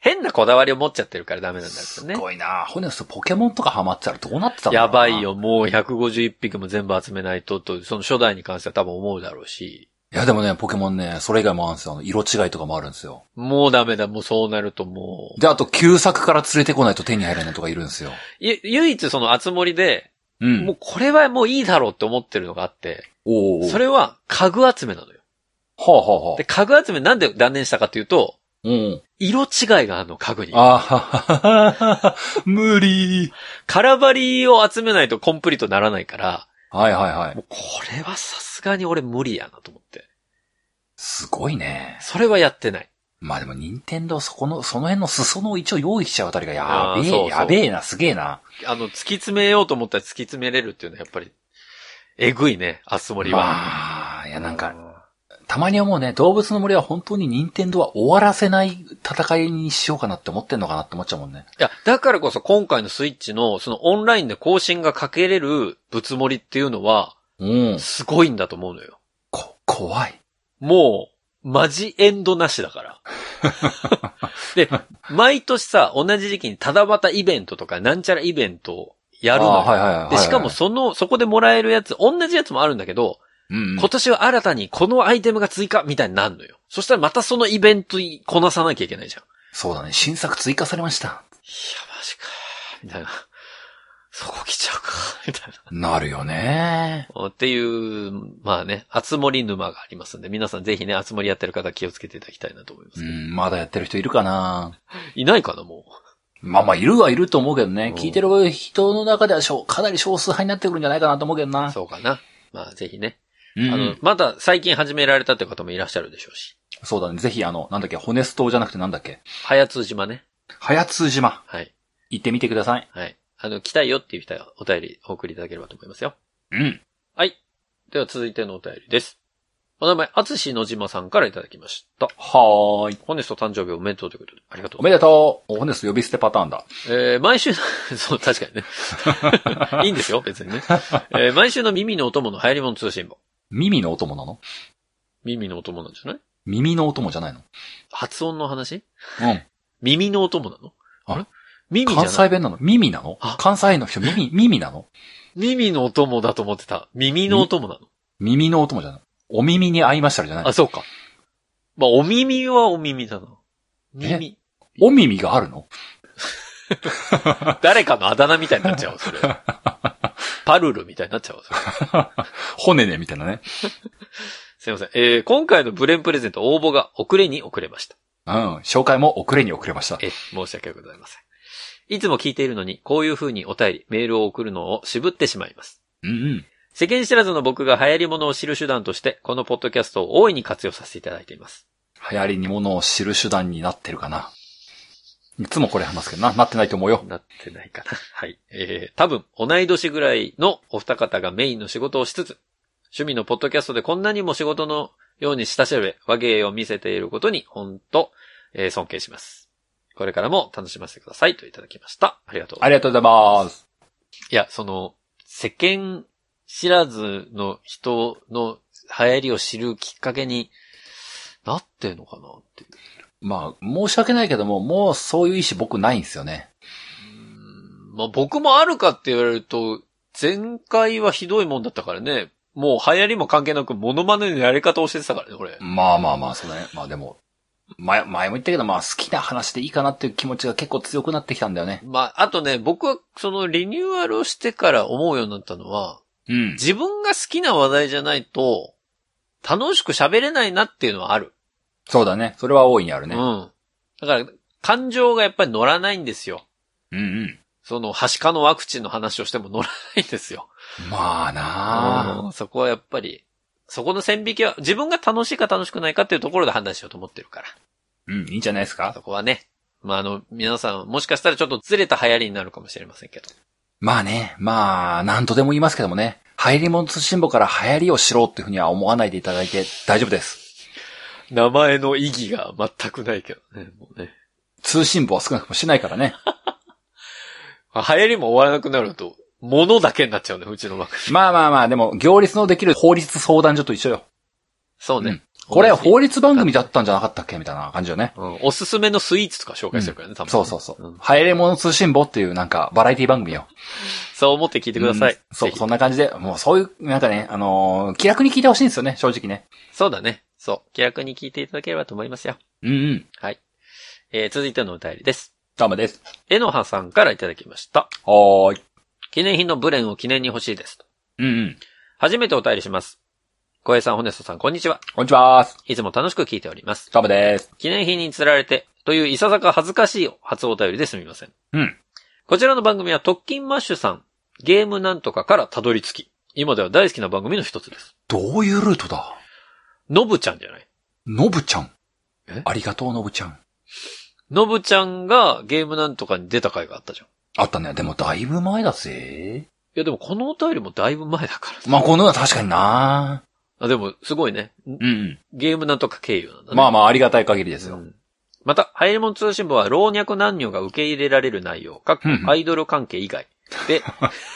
S1: 変なこだわりを持っちゃってるからダメ
S2: ー。
S1: なんだけ
S2: す
S1: どね。
S2: ごいなー。ほねすポケモンとかハマってたらどうなってたんだ
S1: や
S2: ろうな
S1: ばい。よ、もう151匹も全部集めないと、と、その初代に関しては多分思うだろうし、
S2: いやでもね、ポケモンね、それ以外もあるんですよ。あの色違いとかもあるんですよ。
S1: もうダメだ、もうそうなるともう。
S2: で、あと旧作から連れてこないと手に入らないとかいるんですよ。
S1: ゆ唯一その集まりで、
S2: うん。
S1: もうこれはもういいだろうって思ってるのがあって、
S2: おーおー
S1: それは家具集めなのよ。
S2: はあ、はあはあ
S1: で、、家具集めなんで断念したかっていうと、
S2: うん。
S1: 色違いがあるの、家具に。
S2: あーはははは、無理。
S1: 空張りを集めないとコンプリートならないから、
S2: はいはいはい。
S1: もうこれはさすがに俺無理やなと思って。
S2: すごいね。
S1: それはやってない。
S2: まあでも、任天堂そこの、その辺の裾野を一応用意しちゃうあたりがやべえ、
S1: あーそうそう
S2: やべえな、すげえな。
S1: あの、突き詰めようと思ったら突き詰めれるっていうのはやっぱり、えぐいね、あつ森は。
S2: まあ、いやなんか、
S1: か、
S2: たまに思うね、動物の森は本当に任天堂は終わらせない戦いにしようかなって思ってんのかなって思っちゃうもんね。
S1: いや、だからこそ今回のスイッチの、そのオンラインで更新がかけれるぶつもりっていうのは、
S2: うん。
S1: すごいんだと思うのよ。
S2: こ、怖い。
S1: もう、マジエンドなしだ
S2: [laughs]
S1: から。で、毎年さ、同じ時期にただバタイベントとか、なんちゃらイベントをやるのよ。
S2: あーはいはいはいはい。
S1: で、しかもその、そこでもらえるやつ、同じやつもあるんだけど、
S2: うんうん、
S1: 今年は新たにこのアイテムが追加みたいになるのよ。そしたらまたそのイベントいこなさなきゃいけないじゃん。い
S2: そうだね、新作追加されました。
S1: や、マジか。みたいな。そこ来ちゃうか。みたい
S2: なるよね。
S1: な。っていう、まあね、熱森沼がありますんで、皆さんぜひね、熱森やってる方気をつけていただきたいなと思います
S2: う
S1: けど。
S2: ん、まだやってる人いるかない
S1: ないかな、も
S2: まあまあ、いるはいると思うけどね。
S1: うん
S2: 聞いてる人の中では少かなり少数派になってくるんじゃないかなと思うけど
S1: う。
S2: な。
S1: そうかな。まあ、ぜひね。
S2: うんうん
S1: あの、まだ最近始められたって方もいらっしゃるでしょうし。
S2: そうだね。ぜひ、あの、なんだっけ、ホネス島じゃなくてなんだっけ、
S1: 早通島ね。
S2: 早通島、
S1: はい。
S2: 行ってみてください。
S1: はい。あの、来たいよっていう人はお便りお送りいただければと思いますよ。
S2: うん。
S1: はい。では続いてのお便りです。お名前、あつしのじまさんからいただきました。
S2: はーい。
S1: 本日と誕生日おめでとうということで、ありがとう
S2: おめでとう。ホネス呼び捨てパターンだ。
S1: えー毎週の、 [laughs] そう、確かにね。い [laughs] いんですよ、別にね。えー毎週の耳のお供の流行り物通信簿。
S2: 耳のお供なの
S1: 耳のお供なんじゃない
S2: 耳のお供じゃないの
S1: 発音の話
S2: うん。
S1: 耳のお供なの
S2: あ
S1: あれ耳じゃな
S2: 関
S1: い
S2: 西弁なの耳なの
S1: あ
S2: 関西の
S1: [laughs]
S2: 人、耳、耳なの
S1: 耳のお供だと思ってた。耳のお供なの。
S2: 耳のお供じゃないお耳に合いましたらじゃない
S1: あ、そうか。まあ、お耳はお耳だな。耳。
S2: お耳があるの
S1: 誰かのあだ名みたいになっちゃうわ、それ。パルルみたいになっちゃうわ、それ。
S2: 骨ね、みたいなね。
S1: すいません。えー、今回のブレンプレゼント応募が遅れに遅れました。
S2: うん。紹介も遅れに遅れました。
S1: えー、申し訳ございません。いつも聞いているのに、こういう風にお便り、メールを送るのを渋ってしまいます。
S2: うんうん。
S1: 世間知らずの僕が流行り物を知る手段として、このポッドキャストを大いに活用させていただいています。
S2: 流行りにものを知る手段になってるかな。いつもこれ話すけどな。なってないと思うよ。
S1: なってないかな。 [laughs] はい。えー、多分、同い年ぐらいのお二方がメインの仕事をしつつ、趣味のポッドキャストでこんなにも仕事のように親しべ、和芸を見せていることに、本当えー尊敬します。これからも楽しませてくださいといただきました。ありがとうござ
S2: あ
S1: いま
S2: りがとうございます。
S1: す。いや、その、世間知らずの人の流行りを知るきっかけになってんのかなっていう。
S2: まあ、申し訳ないけども、もうそういう意思僕ないんですよね。
S1: うんまあ僕もあるかって言われると、前回はひどいもんだったからね。もう流行りも関係なく、モノマネのやり方を教えてたからね、俺。
S2: まあまあまあ、そうだね。まあでも、前、前も言ったけど、まあ好きな話でいいかなっていう気持ちが結構強くなってきたんだよね。
S1: まあ、あとね、僕はそのリニューアルをしてから思うようになったのは、
S2: うん。
S1: 自分が好きな話題じゃないと、楽しく喋れないなっていうのはある。
S2: そうだね。それは大いにあるね
S1: う。ん。だから、感情がやっぱり乗らないんですよ。
S2: うんうん。
S1: その、はしかのワクチンの話をしても乗らないんですよ。
S2: まあなあ。
S1: うんそこはやっぱり、そこの線引きは、自分が楽しいか楽しくないかっていうところで判断しようと思ってるから。
S2: うん、いいんじゃないですか
S1: そこはね。まあ、あの、皆さん、もしかしたらちょっとずれた流行りになるかもしれませんけど。
S2: まあね、まあ、なんとでも言いますけどもね、流行り物通信簿から流行りを知ろうっていうふうには思わないでいただいて大丈夫です。
S1: 名前の意義が全くないけどね、もうね。
S2: 通信簿は少なくともしないからね。
S1: 流行りも終わらなくなると、物だけになっちゃうね、うちの枠。
S2: まあまあまあ、でも、行列のできる法律相談所と一緒よ。
S1: そうね。
S2: うんこれ
S1: 同じ
S2: 法律番組だったんじゃなかったっけみたいな感じよね。
S1: うん、おすすめのスイーツとか紹介してるからね、多分ね
S2: そうそうそう。
S1: ん
S2: 流行り物通信簿っていうなんか、バラエティ番組よ。
S1: そう思って聞いてください。
S2: うんそ
S1: ぜ
S2: う、
S1: ひ
S2: そんな感じで、もうそういう、なんかね、あのー気楽に聞いてほしいんですよね、正直ね。
S1: そうだね。そう。気楽に聞いていただければと思いますよ。
S2: うんうん。
S1: はい。えー、続いてのお便りです。
S2: どうもです。
S1: えのはさんからいただきました。
S2: はーい。
S1: 記念品のブレンを記念に欲しいです。
S2: うんうん。
S1: 初めてお便りします。小江さん、ホネストさん、こんにちは。
S2: こんにちはーす。
S1: いつも楽しく聞いております。
S2: どうもです。
S1: 記念品に釣られて、といういささか恥ずかしい初お便りですみません。
S2: うん。
S1: こちらの番組は特勤マッシュさん、ゲームなんとかからたどり着き、今では大好きな番組の一つです。
S2: どういうルートだ
S1: のぶちゃんじゃない
S2: のぶちゃん。
S1: え
S2: ありがとう、のぶちゃん。
S1: ノブちゃんがゲームなんとかに出た回があったじゃん。い
S2: あったね。でもだいぶ前だぜ。
S1: やでもこのお便りもだいぶ前だからさ
S2: まあ、このは確かにな
S1: あ、でもすごいね。ん
S2: うん。
S1: ゲームなんとか経由なんだね。
S2: まあ
S1: あ
S2: まあ、ありがたい限りですよ。
S1: また、ハイレモン通信部は老若男女が受け入れられる内容、かっこ
S2: うんうん
S1: アイドル関係以外。で、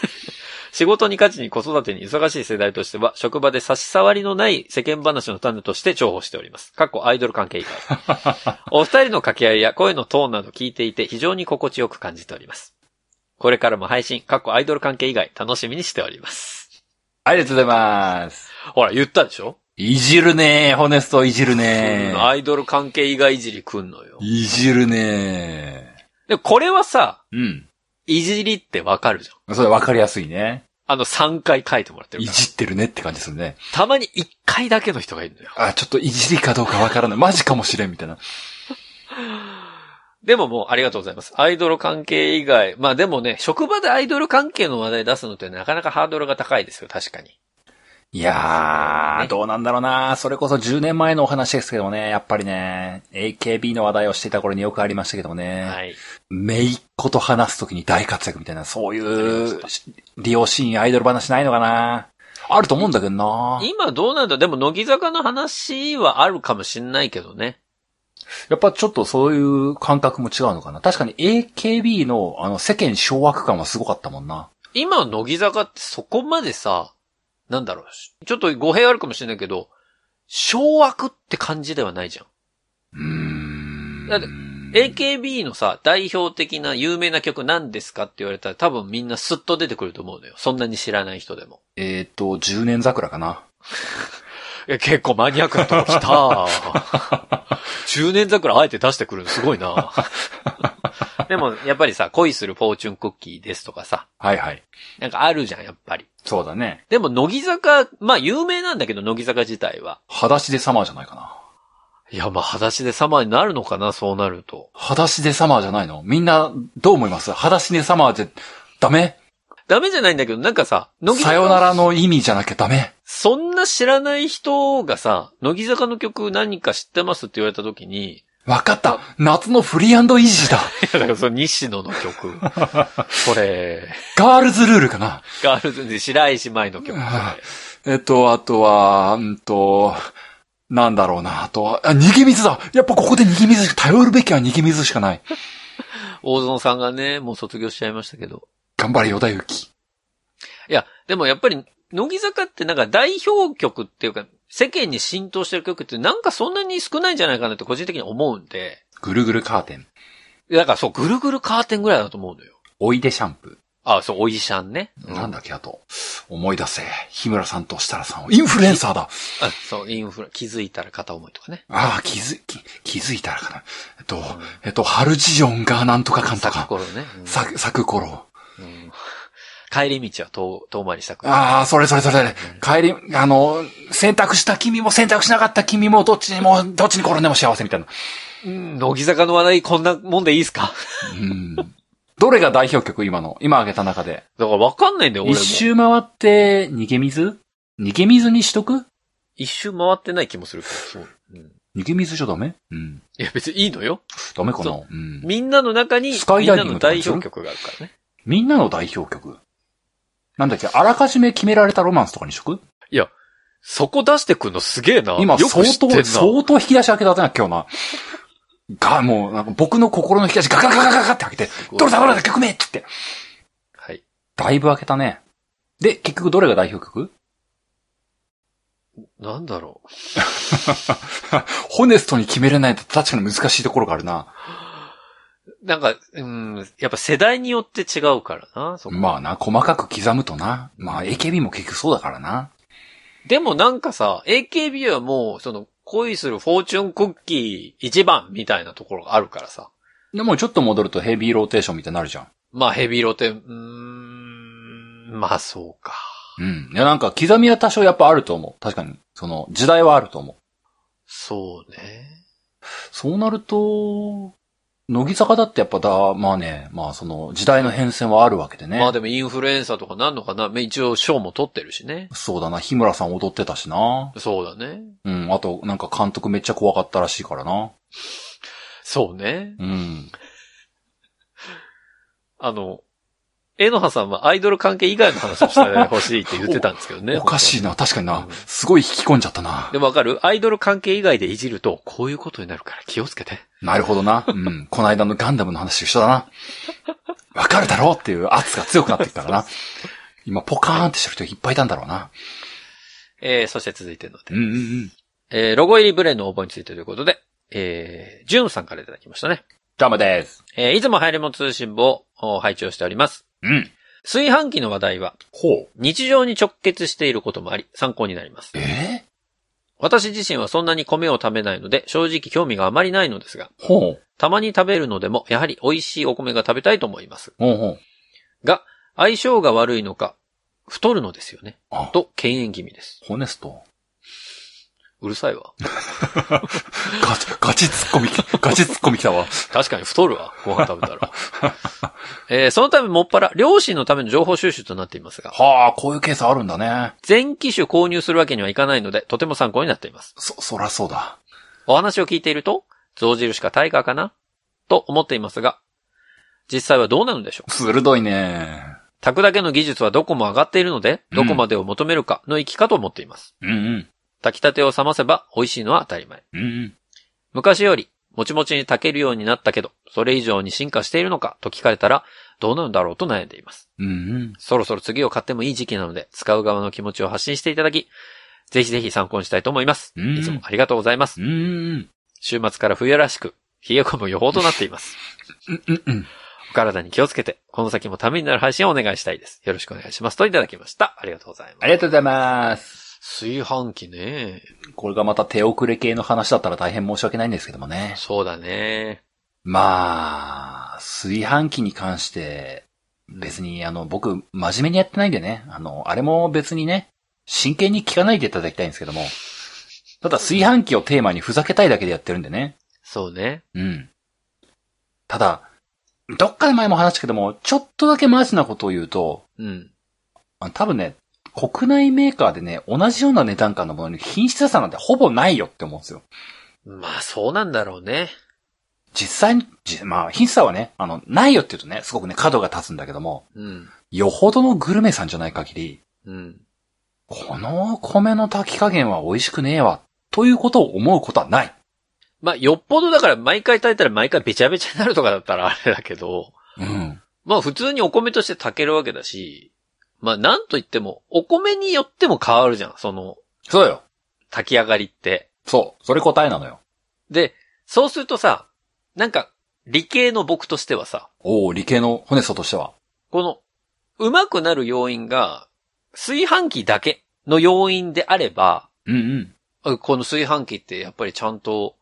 S1: [laughs] 仕事に価値に子育てに忙しい世代としては、職場で差し障りのない世間話の種として重宝しております。かっこアイドル関係以外。
S2: [laughs]
S1: お二人の掛け合いや声のトーンなど聞いていて非常に心地よく感じております。これからも配信、かっこアイドル関係以外楽しみにしております。
S2: ありがとうございます。
S1: ほら、言ったでしょ、
S2: いじるねーホネストいじるね
S1: うん
S2: ー
S1: アイドル関係以外いじりくんのよ。
S2: いじるね
S1: で、これはさ、
S2: ーうん。
S1: いじりってわかるじゃん。
S2: それ分かりやすいね。
S1: あの3回書いてもらってる
S2: い
S1: から。
S2: じってるねって感じするね。
S1: たまに1回だけの人がいるのよ。
S2: あ、ちょっといじりかどうか分からない。マジかもしれんみたいな。
S1: でももうありがとうございます。アイドル関係以外。まあでもね、職場でアイドル関係の話題出すのってなかなかハードルが高いですよ、確かに。
S2: いや
S1: ね
S2: ー、どうなんだろうなそれこそ10年前のお話ですけどもね、やっぱりね、AKB の話題をしていた頃によくありましたけどもね。
S1: はい。
S2: めいっ子と話すときに大活躍みたいな、そうい
S1: あり
S2: う
S1: ま
S2: 利用シーン、アイドル話ないのかなあると思うんだけどな
S1: 今どうなんだでも乃木坂の話はあるかもしんないけどね。
S2: やっぱちょっとそういう感覚も違うのかな確かに AKB のあの世間掌握感はすごかったもんな。
S1: 今乃木坂ってそこまでさ、なんだろう。ちょっと語弊あるかもしれないけど、掌握って感じではないじゃん。
S2: うーん。
S1: だって AKB のさ、代表的な有名な曲何ですかって言われたら多分みんなスッと出てくると思うのよ。そんなに知らない人でも。
S2: えっ、と、10年桜かな。
S1: いや、結構マニアックなとこ来た。10年 [laughs] 桜あえて出してくるのすごい [laughs] な。でも、やっぱりさ、恋するフォーチュンクッキーですとかさ、
S2: はいはい。
S1: なんかあるじゃん、やっぱり。
S2: そうだね。
S1: でも、乃木坂、まあ有名なんだけど、乃木坂自体は。
S2: 裸足でサマーじゃないかな。
S1: いや、まあ、裸足で様になるのかな、そうなると。
S2: 裸足でサマーじゃないのみんな、どう思います裸足でサマーって、ダメ
S1: ダメじゃないんだけど、なんかさ、乃木
S2: さ
S1: 坂
S2: よならの意味じゃなきゃダメ。
S1: そんな知らない人がさ、乃木坂の曲何か知ってますって言われた時に、 [laughs]
S2: わかった夏のフリーイージーだ
S1: いや、だからその西野の
S2: [laughs]
S1: 曲。これ、
S2: ガールズルールかな
S1: ガールズで白石舞の
S2: [laughs]
S1: 曲。
S2: あえっと、あとは、うんと、なんだろうな、あとは、あ、逃げ水だやっぱここで逃げ水、頼るべきは逃げ水しかない。
S1: 大園さんがね、もう卒業しちゃいましたけど。
S2: 頑張れ、よだゆき。
S1: いや、でもやっぱり、乃木坂ってなんか代表曲っていうか、世間に浸透してる曲ってなんかそんなに少ないんじゃないかなって個人的に思うんで、
S2: ぐるぐるカーテン。
S1: だからそう、ぐるぐるカーテンぐらいだと思うのよ。
S2: おいでシャンプ
S1: あ、そう、おいしゃんね。
S2: ー。なんだっけ、あと。思い出せ。日村さんと設楽さんを。インフルエンサーだ
S1: あそう、インフラ、気づいたら片思いとかね。
S2: ああ、気づき、気づいたらかな。えっと、えっと、ハルジジョンがなんとかかんと
S1: 咲く
S2: か。
S1: 頃ね。うん
S2: さ、咲く頃。
S1: うん帰り道は遠、遠回り咲く。
S2: ああ、それそれそれそれ。帰り、あの、選択した君も選択しなかった君も、どっちにも、どっちに転んでも幸せみたいな。
S1: うん乃木坂の話題こんなもんでいいですか
S2: うんどれが代表曲今の今挙げた中で。
S1: [laughs] だからわかんないんだよ、俺
S2: 一
S1: も。
S2: 周回って、逃げ水逃げ水にしとく
S1: 一周回ってない気もするけど。うん
S2: 逃げ水じゃダメうん。
S1: いや、別にいいのよ。
S2: ダメかな
S1: そう
S2: うん。
S1: みんなの中に、
S2: スカ
S1: み
S2: イ
S1: ん
S2: ダイ
S1: な
S2: ビング
S1: の
S2: とか
S1: 代
S2: にする
S1: 表曲があるからね。
S2: みんなの代表曲。なんだっけあらかじめ決められたロマンスとかにしとく
S1: そこ出してくんのすげえな。
S2: 今
S1: よく
S2: 相
S1: 知ってんな
S2: 当、相当引き出し開けたな、今日な。が、もう、なんか僕の心の引き出しガガガガガガって開けて、
S1: ごい
S2: どれだどれだ曲名っつって。
S1: はい。
S2: だいぶ開けたね。で、結局どれが代表曲
S1: なんだろう。
S2: ホネストに決めれないと確かに難しいところがあるな。
S1: なんか、うん、やっぱ世代によって違うからな、そこ。
S2: まあな、細かく刻むとな。まあ AKB も結局そうだからな。
S1: でもなんかさ、AKB はもう、その、恋するフォーチュンクッキー一番みたいなところがあるからさ。
S2: でもちょっと戻るとヘビーローテーションみたいになるじゃん。
S1: まあヘビーロテ、うーん、まあそうか。
S2: うん。いやなんか刻みは多少やっぱあると思う。確かに。その時代はあると思う。
S1: そうね。
S2: そうなると、乃木坂だってやっぱだ、まあね、まあその時代の変遷はあるわけでね。
S1: まあでもインフルエンサーとかなんのかなまあ一応賞も取ってるしね。
S2: そうだな、日村さん踊ってたしな。
S1: そうだね。
S2: うん、あとなんか監督めっちゃ怖かったらしいからな。
S1: そうね。
S2: うん。
S1: あの、えのはさんはアイドル関係以外の話をしてほしいって言ってたんですけどね。
S2: [laughs] おかしい
S1: な。
S2: な、確かに
S1: う。
S2: なんすごい引き込んじゃったな。
S1: でもわかるアイドル関係以外でいじると、こういうことになるから気をつけて。
S2: なるほどな。うん。この間のガンダムの話と一緒だな。わかるだろうっていう圧が強くなってきたからな。今、ポカーンってしてる人いっぱいいたんだろうな。
S1: えー、そして続いての
S2: うんうんうん。
S1: えーロゴ入りブレーンの応募についてということで、えー、ジュンさんからいただきましたね。
S2: ダムです。
S1: えーいつも入れも通信部をお拝聴しております。
S2: うん。
S1: 炊飯器の話題は、
S2: ほう。
S1: 日常に直結していることもあり、参考になります。
S2: え
S1: 私自身はそんなに米を食べないので、正直興味があまりないのですが、
S2: ー、ほう。
S1: たまに食べるのでも、やはり美味しいお米が食べたいと思います。
S2: ほうほう。
S1: が、相性が悪いのか、太るのですよね。
S2: あ、
S1: と、敬遠気味です。
S2: ホネスト。
S1: うるさいわ。
S2: ガチ、ガチツッコミ、ガチツッコミ来たわ。
S1: 確かに太るわ。ご飯食べたら。えーそのためもっぱら、両親のための情報収集となっていますが、
S2: はあ、こういうケースあるんだね。
S1: 全機種購入するわけにはいかないので、とても参考になっています。
S2: そ、そらそうだ。
S1: お話を聞いていると、象印かタイガーかなと思っていますが、実際はどうなのでしょう
S2: 鋭いね。
S1: 炊くだけの技術はどこも上がっているので、
S2: うん
S1: どこまでを求めるかの域かと思っています。
S2: うんうん。
S1: 炊きたてを冷ませば美味しいのは当たり前。
S2: うんうん。
S1: 昔より、もちもちに炊けるようになったけど、それ以上に進化しているのかと聞かれたら、どうなるんだろうと悩んでいます。
S2: うんうん。
S1: そろそろ次を買ってもいい時期なので、使う側の気持ちを発信していただき、ぜひぜひ参考にしたいと思います。
S2: うん
S1: いつもありがとうございます。
S2: うんうん。
S1: 週末から冬らしく、冷え込む予報となっています。
S2: うんうん。
S1: お体に気をつけて、この先もためになる配信をお願いしたいです。よろしくお願いします。といただきました。ありがとうございま
S2: ありがとうございます。
S1: す。炊飯器ね。
S2: これがまた手遅れ系の話だったら大変申し訳ないんですけどもね。
S1: そうだね。
S2: まあ、炊飯器に関して、別にあの、僕、真面目にやってないんでね。あの、あれも別にね、真剣に聞かないでいただきたいんですけども。ただ炊飯器をテーマにふざけたいだけでやってるんでね。
S1: そうね。
S2: うん。ただ、どっかで前も話したけども、ちょっとだけマジなことを言うと、
S1: うん。
S2: あの多分ね、国内メーカーでね、同じような値段感のものに品質差なんてほぼないよって思うんですよ。
S1: まあ、そうなんだろうね。
S2: 実際に、じまあ、品質差はね、あの、ないよって言うとね、すごくね、角が立つんだけども、
S1: うん。
S2: よほどのグルメさんじゃない限り、
S1: うん。
S2: この米の炊き加減は美味しくねえわ、ということを思うことはない。
S1: まあ、よっぽどだから毎回炊いたら毎回べちゃべちゃになるとかだったらあれだけど、
S2: うん。
S1: まあ普通にお米として炊けるわけだし、まあなんと言っても、お米によっても変わるじゃん、その
S2: そうよ。
S1: 炊き上がりって。
S2: そう。それ答えなのよ。
S1: で、そうするとさ、なんか理系の僕としてはさ、
S2: おお理系の骨素としては。
S1: この、うまくなる要因が、炊飯器だけの要因であれば、
S2: うんうん。
S1: あこの炊飯器ってやっぱりちゃんと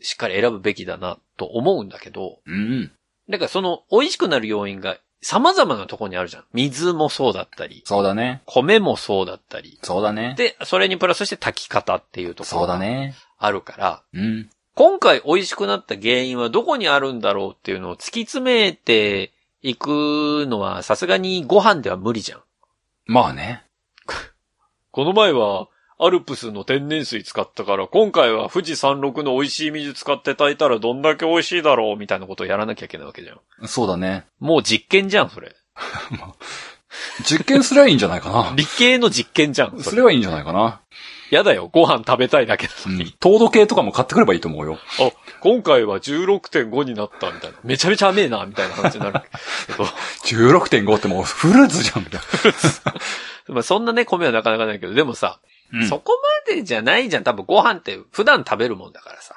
S1: しっかり選ぶべきだなと思うんだけど、
S2: うんうん。
S1: だからその美味しくなる要因が様々なところにあるじゃん。水もそうだったり、
S2: そうだね。
S1: 米もそうだったり、
S2: そうだね。
S1: で、それにプラスして炊き方っていうとこ
S2: そう
S1: ろ
S2: だ
S1: が
S2: ね。
S1: あるから、
S2: うん。
S1: 今回美味しくなった原因はどこにあるんだろうっていうのを突き詰めていくのはさすがにご飯では無理じゃん。
S2: まあね。
S1: この前はアルプスの天然水使ったから、今回は富士山麓の美味しい水使って炊いたらどんだけ美味しいだろうみたいなことをやらなきゃいけないわけじゃん。
S2: そうだね。
S1: もう実験じゃん、それ。
S2: 実験すればいいんじゃないかな。
S1: 理系の実験じゃ
S2: [laughs]
S1: ん、そ
S2: す
S1: れ。
S2: ればいいんじゃないかな。
S1: やだよ、ご飯食べたいだけな [laughs]
S2: う
S1: のに。
S2: ん。糖度計とかも買ってくればいいと思うよ。
S1: あ、今回は16.5になったみたいな。めちゃめちゃ甘えな、みたいな話になるけど。
S2: 16.5ってもうフルーツじゃん、みたい
S1: [laughs] まあそんなね、米はなかなかないけど、でもさ、
S2: な。うん
S1: そこまでじゃないじゃん。多分ご飯って普段食べるもんだからさ。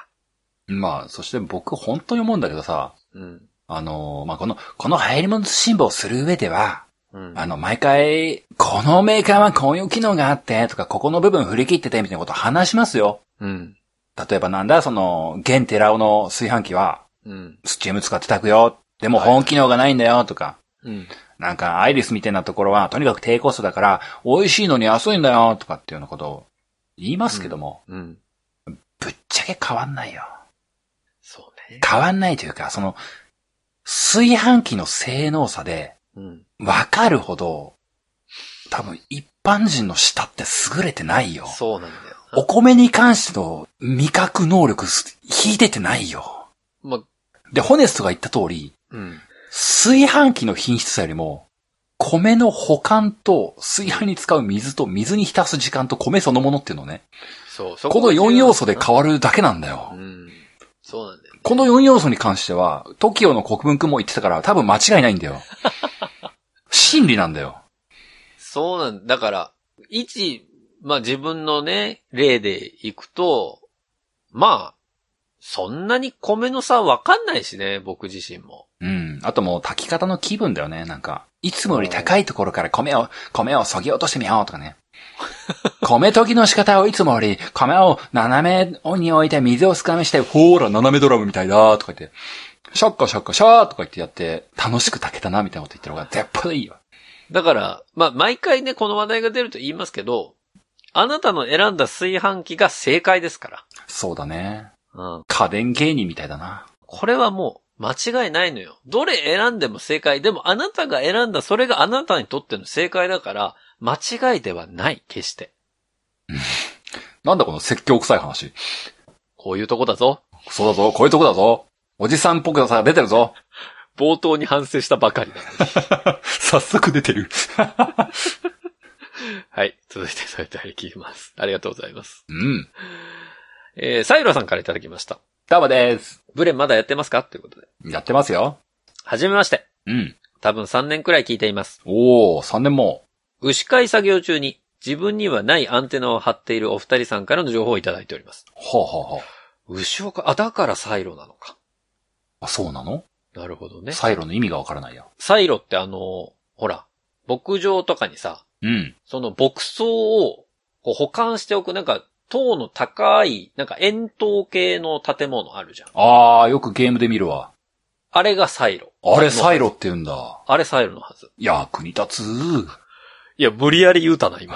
S2: まあ、そして僕本当に思うんだけどさ、
S1: うん。
S2: あのーまあ、この、この流行り物辛抱をする上では、
S1: うん。
S2: あの、毎回、このメーカーはこういう機能があって、とか、ここの部分振り切ってて、みたいなことを話しますよ。
S1: うん。
S2: 例えばなんだ、その、現寺尾の炊飯器は、
S1: うん。
S2: スチーム使って炊くよ。でも
S1: はいはい
S2: 本機能がないんだよ、とか。
S1: うん。
S2: なんか、アイリスみたいなところは、とにかく低コストだから、美味しいのに安いんだよ、とかっていうようなことを言いますけども、
S1: うん。
S2: ぶっちゃけ変わんないよ。
S1: そうね。
S2: 変わんないというか、その、炊飯器の性能差で、
S1: うん。
S2: わかるほど、多分一般人の舌って優れてないよ。
S1: そうなんだよな。
S2: お米に関しての味覚能力す、引いててないよ。
S1: まあ、
S2: で、ホネストが言った通り、
S1: うん。
S2: 炊飯器の品質さよりも、米の保管と、炊飯に使う水と、水に浸す時間と米そのものっていうのね。
S1: そう、そ
S2: この4要素で
S1: わ
S2: 変わるだけなんだよ。
S1: うん。そうなんだよね。
S2: この4要素に関しては、TOKIO の国分君も言ってたから、多分間違いないん
S1: [laughs]
S2: だよ。真理なんだよ。
S1: そうなんだ。から、一、まあ自分のね、例でいくと、まあ、そんなに米の差わかんないしね、僕自身も。
S2: うん。あともう炊き方の気分だよね。なんか、いつもより高いところから米を、米を削ぎ落としてみようとか [laughs] ね。米研ぎの仕方をいつもより、米を斜めに置いて水を少なめして、ほーら斜めドラムみたいだとか言って、シャッカシャッカシャーとか言ってやって、楽しく炊けたなみたいなこと言ってる方が絶対いいよ。
S1: だから、まあ毎回ね、この話題が出ると言いますけど、あなたの選んだ炊飯器が正解ですか
S2: そうだね。
S1: ら。うん。
S2: 家電芸人みたいだな。
S1: これはもう、間違いないのよ。どれ選んでも正解。でもあなたが選んだ、それがあなたにとっての正解だから、間違いではない、決して。
S2: なんだこの説教臭い話。
S1: こういうとこだぞ。
S2: そうだぞ、こういうとこだぞ。おじさんっぽくさ、出てるぞ。
S1: 冒頭に反省したばかりだ。[laughs]
S2: [laughs] 早速出てる。
S1: はい。続いてそれでは聞きます。ありがとうございます。
S2: [laughs] うん。
S1: えー、サイロさんからいただきました。
S2: どうもです。
S1: ブレまだやってますかということで。
S2: やってますよ。
S1: はじめまして。
S2: うん。
S1: 多分3年くらい聞いています。
S2: おー、3年も。
S1: 牛飼い作業中に自分にはないアンテナを張っているお二人さんからの情報をいただいております。
S2: はあ、はあは
S1: 牛をか、あ、だからサイロなのか。
S2: あ、あ、そうなの
S1: なるほどね。
S2: サイロの意味がわからないや。
S1: サイロってあのーほら、牧場とかにさ、
S2: うん。
S1: その牧草をこう保管しておく、なんか、塔の高い、なんか円筒形の建物あるじゃん。
S2: あー、よくゲームで見るわ。
S1: あれがサイロ。
S2: あれサイロって言うんだ。
S1: あれサイロのはず。
S2: 役に立つ。
S1: いや、無理やり言うたな、
S2: [laughs]
S1: 今。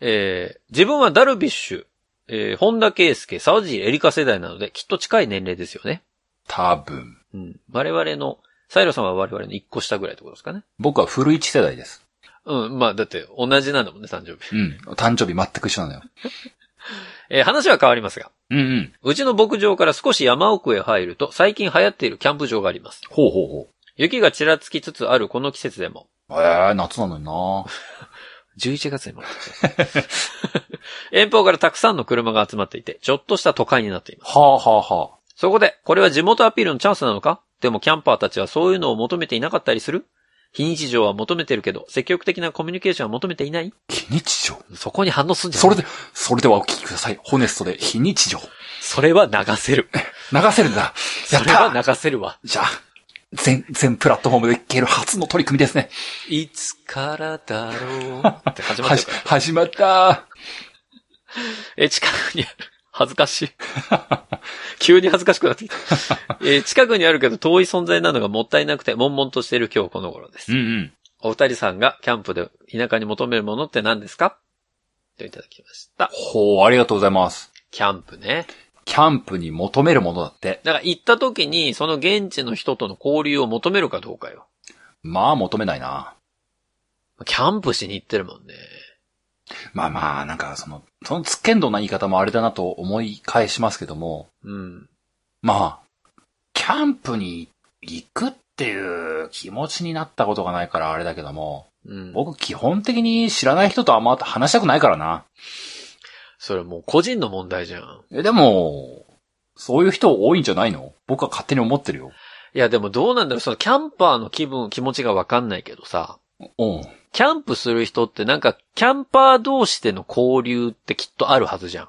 S1: えー自分はダルビッシュ、えー本田圭介、沢尻エリカ世代なので、きっと近い年齢ですよね。
S2: 多分。
S1: うん。我々の、サイロさんは我々の一個下ぐらいってことですかね。
S2: 僕は古市世代です。
S1: うん、まあ、だって、同じなんだもんね、誕生日。
S2: うん。誕生日全く一緒なのよ。
S1: えー話は変わりますが、
S2: うんうん。
S1: うちの牧場から少し山奥へ入ると、最近流行っているキャンプ場があります。
S2: ほうほうほ
S1: 雪がちらつきつつあるこの季節でも、
S2: う。えー、夏なのにな
S1: 11月にもらった。遠方からたくさんの車が集まっていて、ちょっとした都会になっています。
S2: はあはあはあ。
S1: そこで、これは地元アピールのチャンスなのかでもキャンパーたちはそういうのを求めていなかったりする非日常は求めてるけど、積極的なコミュニケーションは求めていない
S2: 非日常
S1: そこに反応すんじゃな
S2: そ
S1: い
S2: れで、それではお聞きください。ホネストで非日常。
S1: それは流せ
S2: [laughs]
S1: る。
S2: 流せるんだ。
S1: [laughs] そ
S2: やっ
S1: れは
S2: た
S1: 流せるわ。
S2: じゃあ、全、全プラットフォームで消える初の取り組みですね。
S1: いつからだろうって始まっ
S2: は
S1: ちゃ
S2: じ
S1: うから。
S2: 始まった。
S1: え、近くにある。 [laughs] 恥ずかしい。急に恥ずかしくなってきた。えー近くにあるけど遠い存在なのがもったいなくて、悶々としている今日この頃です。
S2: ん
S1: お二人さんがキャンプで田舎に求めるものって何ですかといただきました。
S2: ほう、ありがとうございます。
S1: キャンプね。
S2: キャンプに求めるものだって。
S1: だから行った時に、その現地の人との交流を求めるかどうかよ。
S2: まあ求めないな。
S1: キャンプしに行ってるもんね。
S2: まあまあ、なんかその、そのつっけんどな言い方もあれだなと思い返しますけども、
S1: うん。
S2: まあ、キャンプに行くっていう気持ちになったことがないからあれだけども、
S1: うん。
S2: 僕基本的に知らない人とあんま話したくないからな。
S1: それもう個人の問題じゃん。
S2: え、でも、そういう人多いんじゃないの僕は勝手に思ってるよ。
S1: いやでもどうなんだろう、そのキャンパーの気分、気持ちがわかんないけどさ。
S2: うん。
S1: キャンプする人ってなんか、キャンパー同士での交流ってきっとあるはずじゃん。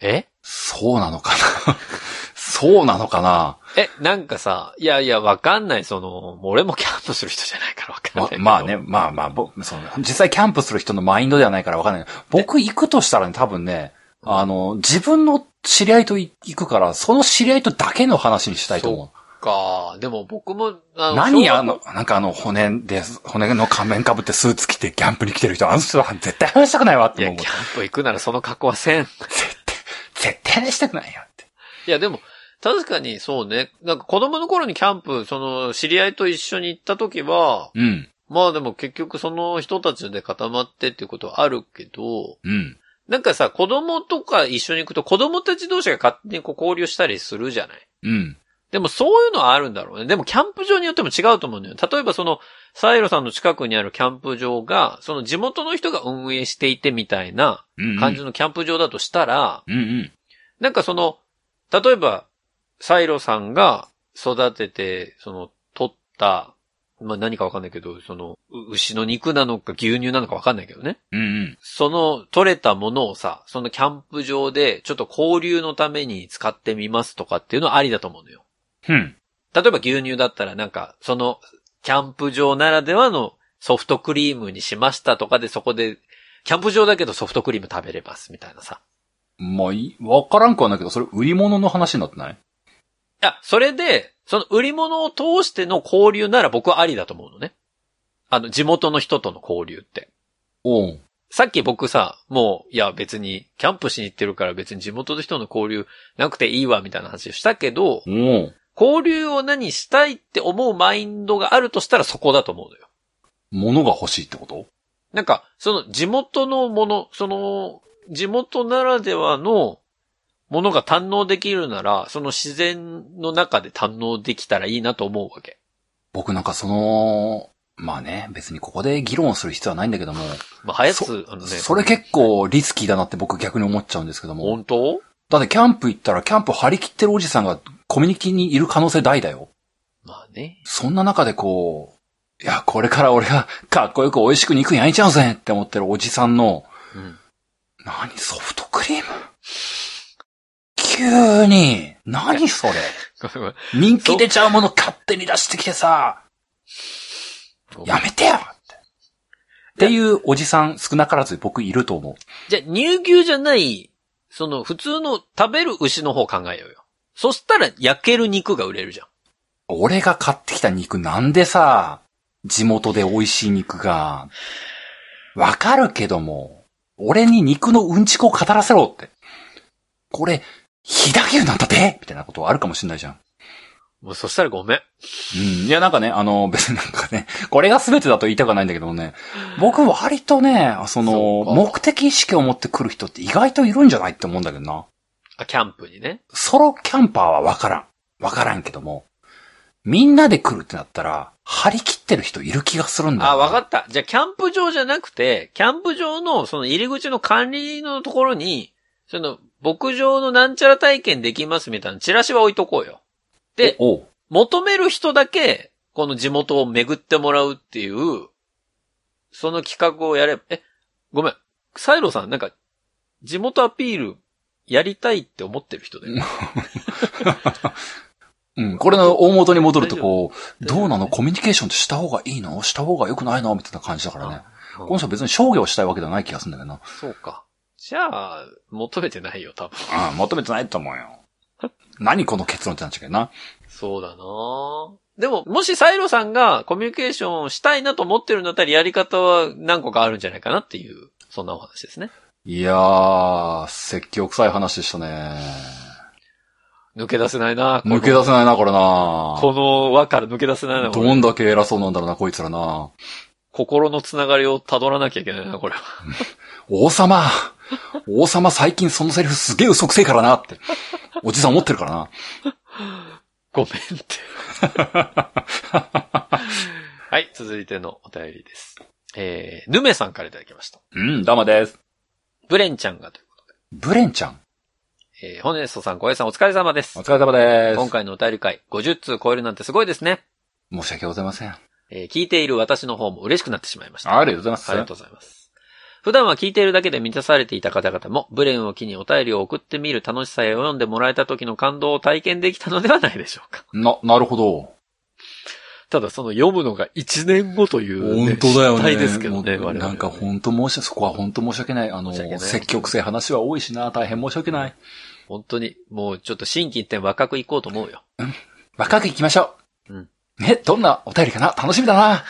S1: え
S2: そうなのかな [laughs] そうなのかな
S1: え、なんかさ、いやいや、わかんない、その、俺もキャンプする人じゃないからわかんない
S2: ま
S1: けど
S2: まあ。ね、まあまあ、僕、その、実際キャンプする人のマインドではないからわかんない。僕行くとしたらね、多分ね、あの、自分の知り合いとい行くから、その知り合いとだけの話にしたいと思う。
S1: か、でも僕も、あ
S2: 何あ、
S1: 小
S2: の、なんかあの、骨で、骨の仮面被ってスーツ着てキャンプに来てる人、あの人は絶対話したくないわっ
S1: 学い
S2: て
S1: や、
S2: 思う
S1: キ。ャンプ行くならその格好はせん。
S2: 絶対、絶対話したくないよって。
S1: いや、でも、確かにそうね。なんか子供の頃にキャンプ、その、知り合いと一緒に行った時は、
S2: うん。
S1: まあでも結局その人たちで固まってっていうことはあるけど、
S2: うん。
S1: なんかさ、子供とか一緒に行くと子供たち同士が勝手にこう交流したりするじゃない
S2: うん。
S1: でもそういうのはあるんだろうね。でもキャンプ場によっても違うと思うんだよ。例えばその、サイロさんの近くにあるキャンプ場が、その地元の人が運営していてみたいな
S2: うん。
S1: 感じのキャンプ場だとしたら、
S2: うんうん。
S1: なんかその、例えば、サイロさんが育てて、その、取った、まあ何かわかんないけど、その、う牛の肉なのか牛乳なのかわかんないけどね。
S2: うんうん。
S1: その取れたものをさ、そのキャンプ場でちょっと交流のために使ってみますとかっていうのはありだと思うのよ。
S2: うん。
S1: 例えば牛乳だったらなんか、その、キャンプ場ならではのソフトクリームにしましたとかでそこで、キャンプ場だけどソフトクリーム食べれますみたいなさ。
S2: まあいい、わからんくはないけど、それ売り物の話になってない
S1: いや、それで、その売り物を通しての交流なら僕はありだと思うのね。あの、地元の人との交流って。
S2: おう。
S1: さっき僕さ、もう、いや別に、キャンプしに行ってるから別に地元の人の交流なくていいわみたいな話をしたけど、
S2: おう。
S1: 交流を何したいって思うマインドがあるとしたらそこだと思うのよ。
S2: 物が欲しいってこと
S1: なんか、その地元のもの、その、地元ならではのものが堪能できるなら、その自然の中で堪能できたらいいなと思うわけ。
S2: 僕なんかその、まあね、別にここで議論する必要はないんだけども、
S1: まあ、はやつ、あのね、
S2: それ結構リスキーだなって僕逆に思っちゃうんですけども。
S1: 本当
S2: だってキャンプ行ったらキャンプ張り切ってるおじさんがコミュニティにいる可能性大だよ。
S1: まあね。
S2: そんな中でこう、いや、これから俺がかっこよく美味しく肉焼いちゃうぜって思ってるおじさんの、
S1: うん。
S2: 何ソフトクリーム急に、何 [laughs] それ
S1: ごめんごめん
S2: 人気出ちゃうもの勝手に出してきてさ、
S1: ごめん
S2: やめてよって。っていうおじさん少なからず僕いると思
S1: じゃあ、乳牛じゃない、その、普通の食べる牛の方考えようよ。そしたら、焼ける肉が売れるじゃん。
S2: う。俺が買ってきた肉なんでさ、地元で美味しい肉が、わかるけども、俺に肉のうんちくを語らせろって。これ、飛騨牛なんだってみたいなことあるかもしんないじゃん。
S1: もうそしたらごめん。
S2: うん。いや、なんかね、あの、別になんかね、これが全てだと言いたくはないんだけどもね、僕割とね、そ
S1: そう
S2: の、
S1: か
S2: 目的意識を持ってくる人って意外といるんじゃないって思うんだけどな。
S1: あ、キャンプにね。
S2: ソロキャンパーはわからん。わからんけども、みんなで来るってなったら、張り切ってる人いる気がするんだよ
S1: あ、
S2: な。
S1: わか
S2: っ
S1: った。じゃあ、キャンプ場じゃなくて、キャンプ場の、その入り口の管理のところに、その、牧場のなんちゃら体験できますみたいなチラシは置いとこうよ。で、
S2: おう
S1: 求める人だけ、この地元を巡ってもらうっていう、その企画をやれば、え、ごめん。サイロさん、なんか、地元アピール、やりたいって思ってる人だよね。
S2: うん、これの大元に戻るとこう、
S1: 大丈夫
S2: どうなのコミュニケーションってした方がいいのした方が良くないのみたいな感じだからね。
S1: うん
S2: この人別に商業したいわけではない気がするんだけどな。
S1: そうか。じゃあ、求めてないよ、多分。
S2: うん、求めてないと思うよ。 [laughs] 何この結論ってなっちゃうけどな。
S1: そうだなぁでも、もしサイロさんがコミュニケーションをしたいなと思ってるんだったら、やり方は何個かあるんじゃないかなっていう、そんなお話ですね。
S2: いやー、説教臭い話でしたね。
S1: 抜け出せないなぁこの
S2: 抜け出せないな、これな。
S1: この輪から抜け出せないな、こ
S2: ど
S1: れ
S2: ん。だけ偉そうなんだろうな、こいつらな。
S1: 心のつながりを辿らなきゃいけないな、これは。 [laughs]
S2: 王様王様最近そのセリフすげえ嘘くせえからなって。おじさん思ってるからな。
S1: ごめんっ
S2: [laughs]
S1: て。はい、続いてのお便りです。えー、ヌメさんからいただきました。
S2: うん、ダマです。
S1: ブレンちゃんがというこ
S2: ブレンちゃん。
S1: とで。えー、ホネストさん、小江さん、お疲れ様です
S2: お。疲れ様で
S1: 今回のお便り会、50通超えるなんてすごいですね。
S2: す。申し訳ございません。あ
S1: えー聞いている私の方も嬉しくなってしまいました。あ
S2: りがとうございます。
S1: りがとうございます。普段は聞いているだけで満たされていた方々も、ブレンを機にお便りを送ってみる楽しさや読んでもらえた時の感動を体験できたのではないでしょうか。
S2: な、なるほど。
S1: ただその読むのが1年後という、
S2: 本当だよ
S1: 失
S2: ね。
S1: 態ですけどね、
S2: もう
S1: 我々
S2: なんか本当申し訳、そこは本当申し訳ない。あの、
S1: 申し訳ない
S2: 積極性話は多いしな、大変申し訳ない。
S1: 本当に、もうちょっと心機一転若く行こうと思うよ。
S2: 若く行きましょう。
S1: うん
S2: ね、どんなお便りかな楽しみだな。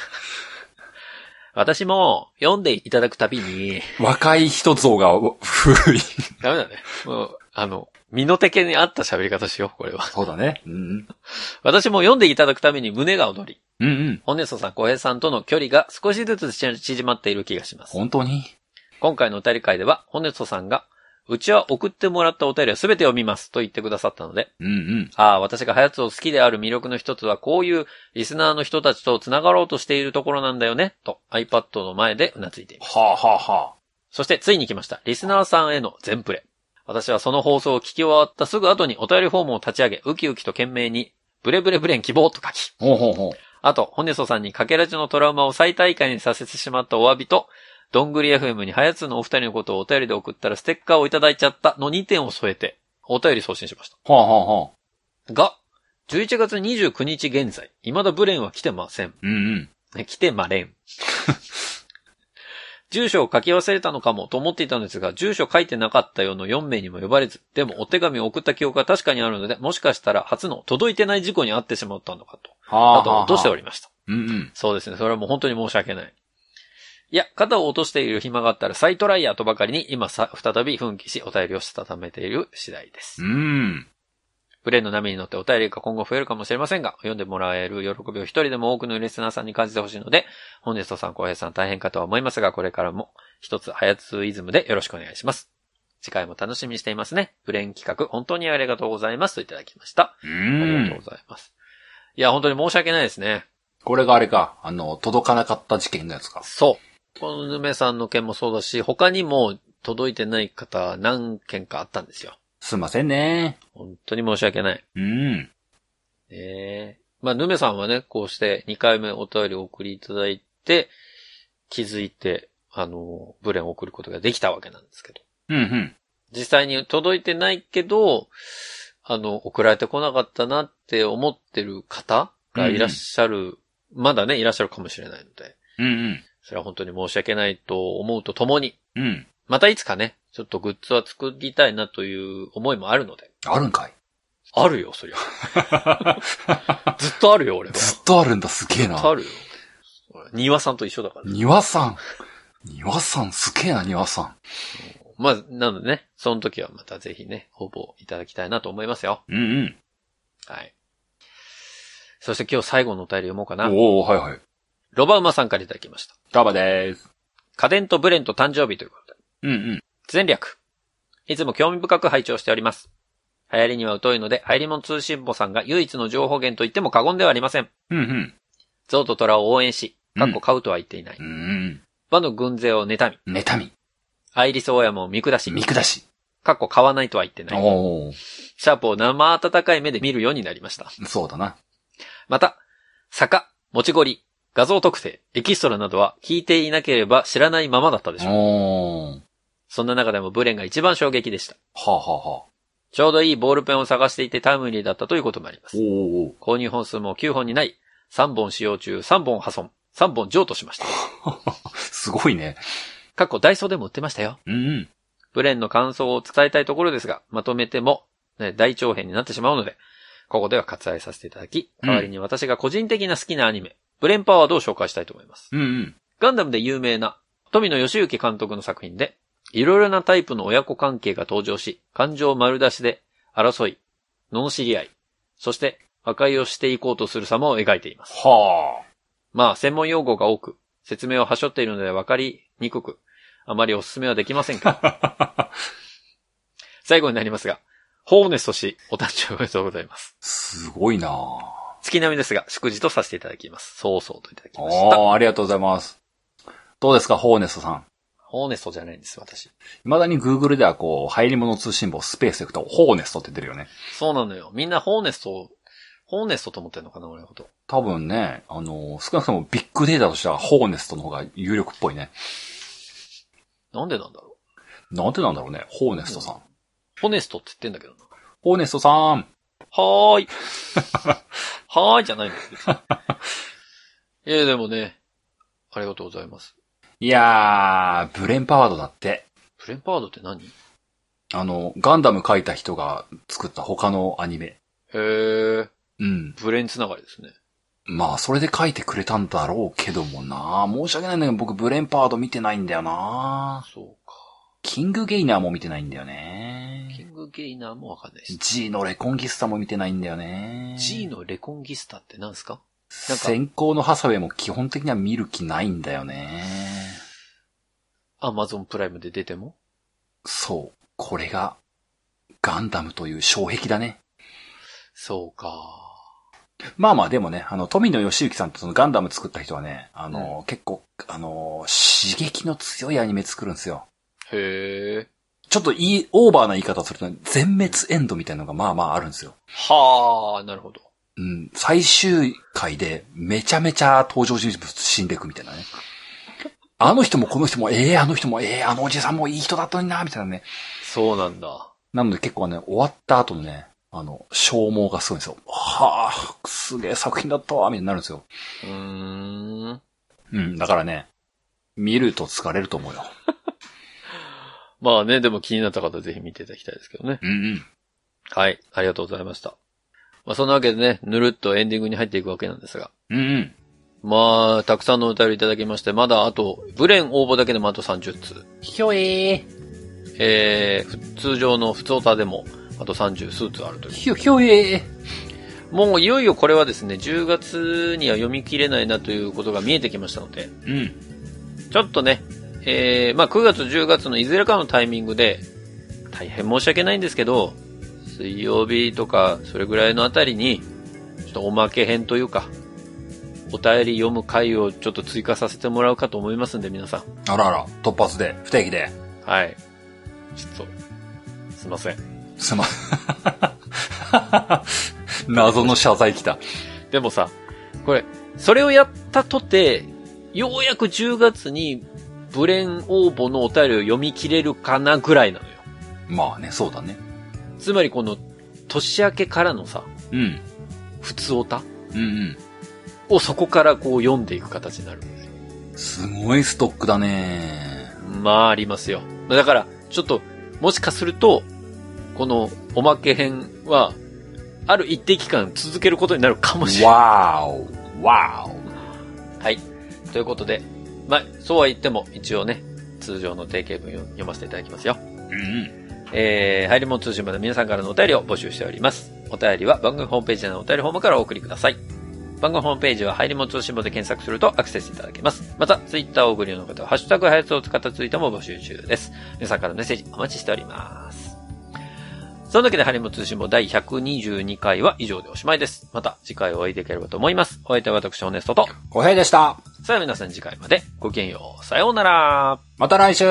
S1: 私も読んでいただくたびに、 [laughs]
S2: 若い人像が古い。
S1: ダメだね。もう、あの、身の丈に合った喋り方しよう、これは。
S2: そうだね。うん。
S1: 私も読んでいただくために胸が躍り、
S2: うんうん。
S1: ホネストさん、小平さんとの距離が少しずつ縮まっている気がします。
S2: 本当に
S1: 今回のお便り会では、ホネストさんが、うちは送ってもらったお便りは全て読みますと言ってくださったので、
S2: うんうん。
S1: ああ、私がハヤツを好きである魅力の一つは、こういうリスナーの人たちと繋がろうとしているところなんだよね、と iPad の前でうなずいています。
S2: はあはあはあ。
S1: そしてついに来ました。リスナーさんへの全プレ。私はその放送を聞き終わったすぐ後にお便りフォームを立ち上げ、ウキウキと懸命に、ブレブレブレン希望と書き、
S2: ほうほうほう。
S1: あと、ホネソさんにかけらじのトラウマを再大会にさせてしまったお詫びと、どんぐり FM にハヤツのお二人のことをお便りで送ったらステッカーをいただいちゃったの2点を添えて、お便り送信しました。
S2: はあはあはあ。
S1: が、11月29日現在、未だブレンは来てません。
S2: うんうん。
S1: ね来てまれ
S2: [laughs]
S1: ん。住所を書き忘れたのかもと思っていたのですが、住所書いてなかったよの4名にも呼ばれず、でもお手紙を送った記憶が確かにあるので、もしかしたら初の届いてない事故に遭ってしまったのかと、
S2: はあは
S1: あ
S2: あはあ。
S1: と落としておりました。
S2: うんうん。
S1: そうですね。それはもう本当に申し訳ない。いや、肩を落としている暇があったら再トライヤーとばかりに、今さ、再び奮起し、お便りをしたためている次第です
S2: う。ん。
S1: プレイの波に乗ってお便りが今後増えるかもしれませんが、読んでもらえる喜びを一人でも多くのリスナーさんに感じてほしいので、本日とさん、浩平さん大変かとは思いますが、これからも一つ、ハヤツイズムでよろしくお願いします。次回も楽しみにしていますね。プレーン企画、本当にありがとうございますといただきました。
S2: う
S1: ありが
S2: ん
S1: とう。ございます。いや、本当に申し訳ないですね。
S2: これがあれか、あの、届かなかった事件のやつか。
S1: そう。このぬめさんの件もそうだし、他にも届いてない方何件かあったんですよ。
S2: すいませんね。
S1: 本当に申し訳ない。
S2: うん。
S1: ええまあ、ヌメさんはね、こうして2回目お便りを送りいただいて、気づいて、あの、ブレンを送ることができたわけなんですけど。
S2: うんうん。
S1: 実際に届いてないけど、あの、送られてこなかったなって思ってる方がいらっしゃる、まだね、いらっしゃるかもしれないので、
S2: うんうん。
S1: それは本当に申し訳ないと思うとともに、
S2: うん。
S1: またいつかね、ちょっとグッズは作りたいなという思いもあるので。
S2: あるんかい。
S1: あるよ、そりゃ。ずっとあるよ、俺は。
S2: ずっとあるんだ、すげえな。
S1: あるよ。庭さんと一緒だから。
S2: 庭さん。庭さん、すげえな、庭さ
S1: まあ、なのでね、その時はまたぜひね、応募いただきたいなと思いますよ。
S2: ん。うん
S1: はい。そして今日最後のお便り読もうか
S2: う
S1: な。
S2: おおはいはい。
S1: ロバウマさんからいただきました。
S2: ガバでーす。
S1: 家電とブレンと誕生日ということで。
S2: うんうん。
S1: 全略。いつも興味深く拝聴しております。流行りには疎いので、流行りもん通信簿さんが唯一の情報源と言っても過言ではありません。
S2: うんうん。
S1: ゾウと虎を応援し、
S2: う
S1: か
S2: ん
S1: っこ買うとは言っていない。
S2: うん
S1: 和の軍勢を妬み、
S2: うん。妬み、
S1: アイリスオーヤムを見下し、
S2: 見下し。
S1: かっこ買わないとは言ってない。
S2: おお
S1: シャープを生温かい目で見るようになりました。
S2: そうだな。
S1: また、坂、持ちごり、画像特定、エキストラなどは聞いていなければ知らないままだったでしょう。
S2: おお
S1: そんな中でもブレンが一番衝撃でした。
S2: はあはあはあ。
S1: ちょうどいいボールペンを探していてタイムリーだったということもありま
S2: お
S1: す。
S2: お
S1: 購入本数も9本にない、3本使用中、3本破損、3本譲渡しました。
S2: すごいね。
S1: 過去ダイソーでも売ってましたよ。
S2: うんうん。
S1: ブレンの感想を伝えたいところですが、まとめても、ね、大長編になってしまうので、ここでは割愛させていただき、代わりに私が個人的な好きなアニメ、ブレンパワードを紹介したいと思います。
S2: うんうん。
S1: ガンダムで有名な富野義行監督の作品で、いろいろなタイプの親子関係が登場し、感情丸出しで争い、罵り合い、そして和解をしていこうとする様を描いています。
S2: は
S1: まあ、専門用語が多く、説明を端折っているので分かりにくく、あまりお勧めはできませんが、
S2: あ。
S1: 最後になりますが、ホーネスト氏、お誕生日おめでとうございます。
S2: [laughs] すごいな
S1: 月並みですが、祝辞とさせていただきます。そうそうといただきました。
S2: おーありがとうございます。どうですか、ホーネストさん。
S1: ホーネストじゃないんです、私。
S2: 未だに Google ではこう、入り物通信簿スペースでいくと、ホーネストって出るよね。
S1: そうなのよ。みんなホーネストを、ホーネストと思ってるのかな、俺のこと。
S2: 多分ね、あの、少なくともビッグデータとしては、ホーネストの方が有力っぽいね。
S1: なんでなんだろ
S2: なんてなんだろうね、ホーネストさん。
S1: う。ホネストって言ってんだけどな。
S2: ホーネストさん。
S1: は
S2: [laughs]
S1: ーい。はーいじゃないんです別にいや、でもね、ありがとうございます。
S2: いやー、ブレンパワードだって。
S1: プレンパードって何へ
S2: あの、ガンダム描いた人が作った他のアニメ。
S1: ー、
S2: うん。
S1: ブレンつながりですね。
S2: まあ、それで描いてくれたんだろうけどもな申し訳ないんだけど、僕ブレンパワード見てないんだよな
S1: そうか。
S2: キングゲイナーも見てないんだよ
S1: キ
S2: ね
S1: ンググゲイナーもわかんないです。
S2: G のレコンギスタも見てないんだよね。
S1: G のレコンギスタって何すかなんか
S2: 先行のハサウェイも基本的には見る気ないんだよね。
S1: アマゾンプライムで出ても
S2: そう。これが、ガンダムという障壁だね。
S1: そうか。
S2: まあまあでもね、あの、富野義行さんってそのガンダム作った人はね、あの、結構、あの、刺激の強いアニメ作るんですよ。
S1: へえ。
S2: ちょっといい、オーバーな言い方をすると、全滅エンドみたいなのがまあまああるんですよ。
S1: はあ、なるほど。
S2: うん、最終回でめちゃめちゃ登場人物死んでいくみたいなね。あの人もこの人も、ええあの人も、ええあのおじさんもいい人だったのにな、みたいなね。
S1: そうなんだ。
S2: なので結構ね、終わった後のね、あの、消耗がすごいんですよ。はあ、すげえ作品だったわ、みたいになるんですよ。
S1: うーん。
S2: うん、だからね、見ると疲れると思うよ。
S1: まあね、でも気になった方ぜひ見ていただきたいですけどね。
S2: うんうん。
S1: はい。ありがとうございました。まあそんなわけでね、ぬるっとエンディングに入っていくわけなんですが。
S2: うんうん。
S1: まあ、たくさんのお便りいただきまして、まだあと、ブレン応募だけでもあと30通。
S2: ひょえー。
S1: えー、ふ通常の普通歌でも、あと30数通あるという。
S2: ひょ、ひょえー。
S1: もういよいよこれはですね、10月には読み切れないなということが見えてきましたので、
S2: うん。
S1: ちょっとね、えー、まあ9月10月のいずれかのタイミングで、大変申し訳ないんですけど、水曜日とか、それぐらいのあたりに、ちょっとおまけ編というか、お便り読む回をちょっと追加させてもらうかと思いますんで、皆さん。
S2: あらあら、突発で、不定期で。
S1: はい。ちょっと、すいません。
S2: すま、 [laughs] 謎の謝罪来た。
S1: でもさ、これ、それをやったとて、ようやく10月に、ブレン応募のお便りを読み切れるかなぐらいなのよ。
S2: まあね、そうだね。
S1: つまりこの、年明けからのさ、
S2: うん。
S1: 普通おた
S2: うんうん。
S1: をそこからこう読んでいく形になるんですよ。
S2: すごいストックだね。
S1: まあありますよ。だから、ちょっと、もしかすると、このおまけ編は、ある一定期間続けることになるかもしれない。
S2: わーお、わー
S1: はい。ということで、まあ、そうは言っても、一応ね、通常の定型文を読ませていただきますよ。
S2: お。うん
S1: えー、入り物通信まで皆さんからのお便りを募集しております。お便りは番組ホームページのお便りフォームからお送りください。番組ホームページは入り物通信簿で検索するとアクセスいただけます。また、ツイッターを送りの方は、ハッシュタグハヤツを使ったツイートも募集中です。皆さんからのメッセージお待ちしております。そのわけで、ハリモ通信簿第122回は以上でおしまいです。また次回お会いできればと思います。お相手は私、ホネストと。
S2: 小平でした。
S1: さあ皆さん次回までごきげんよう。さようなら。
S2: また来週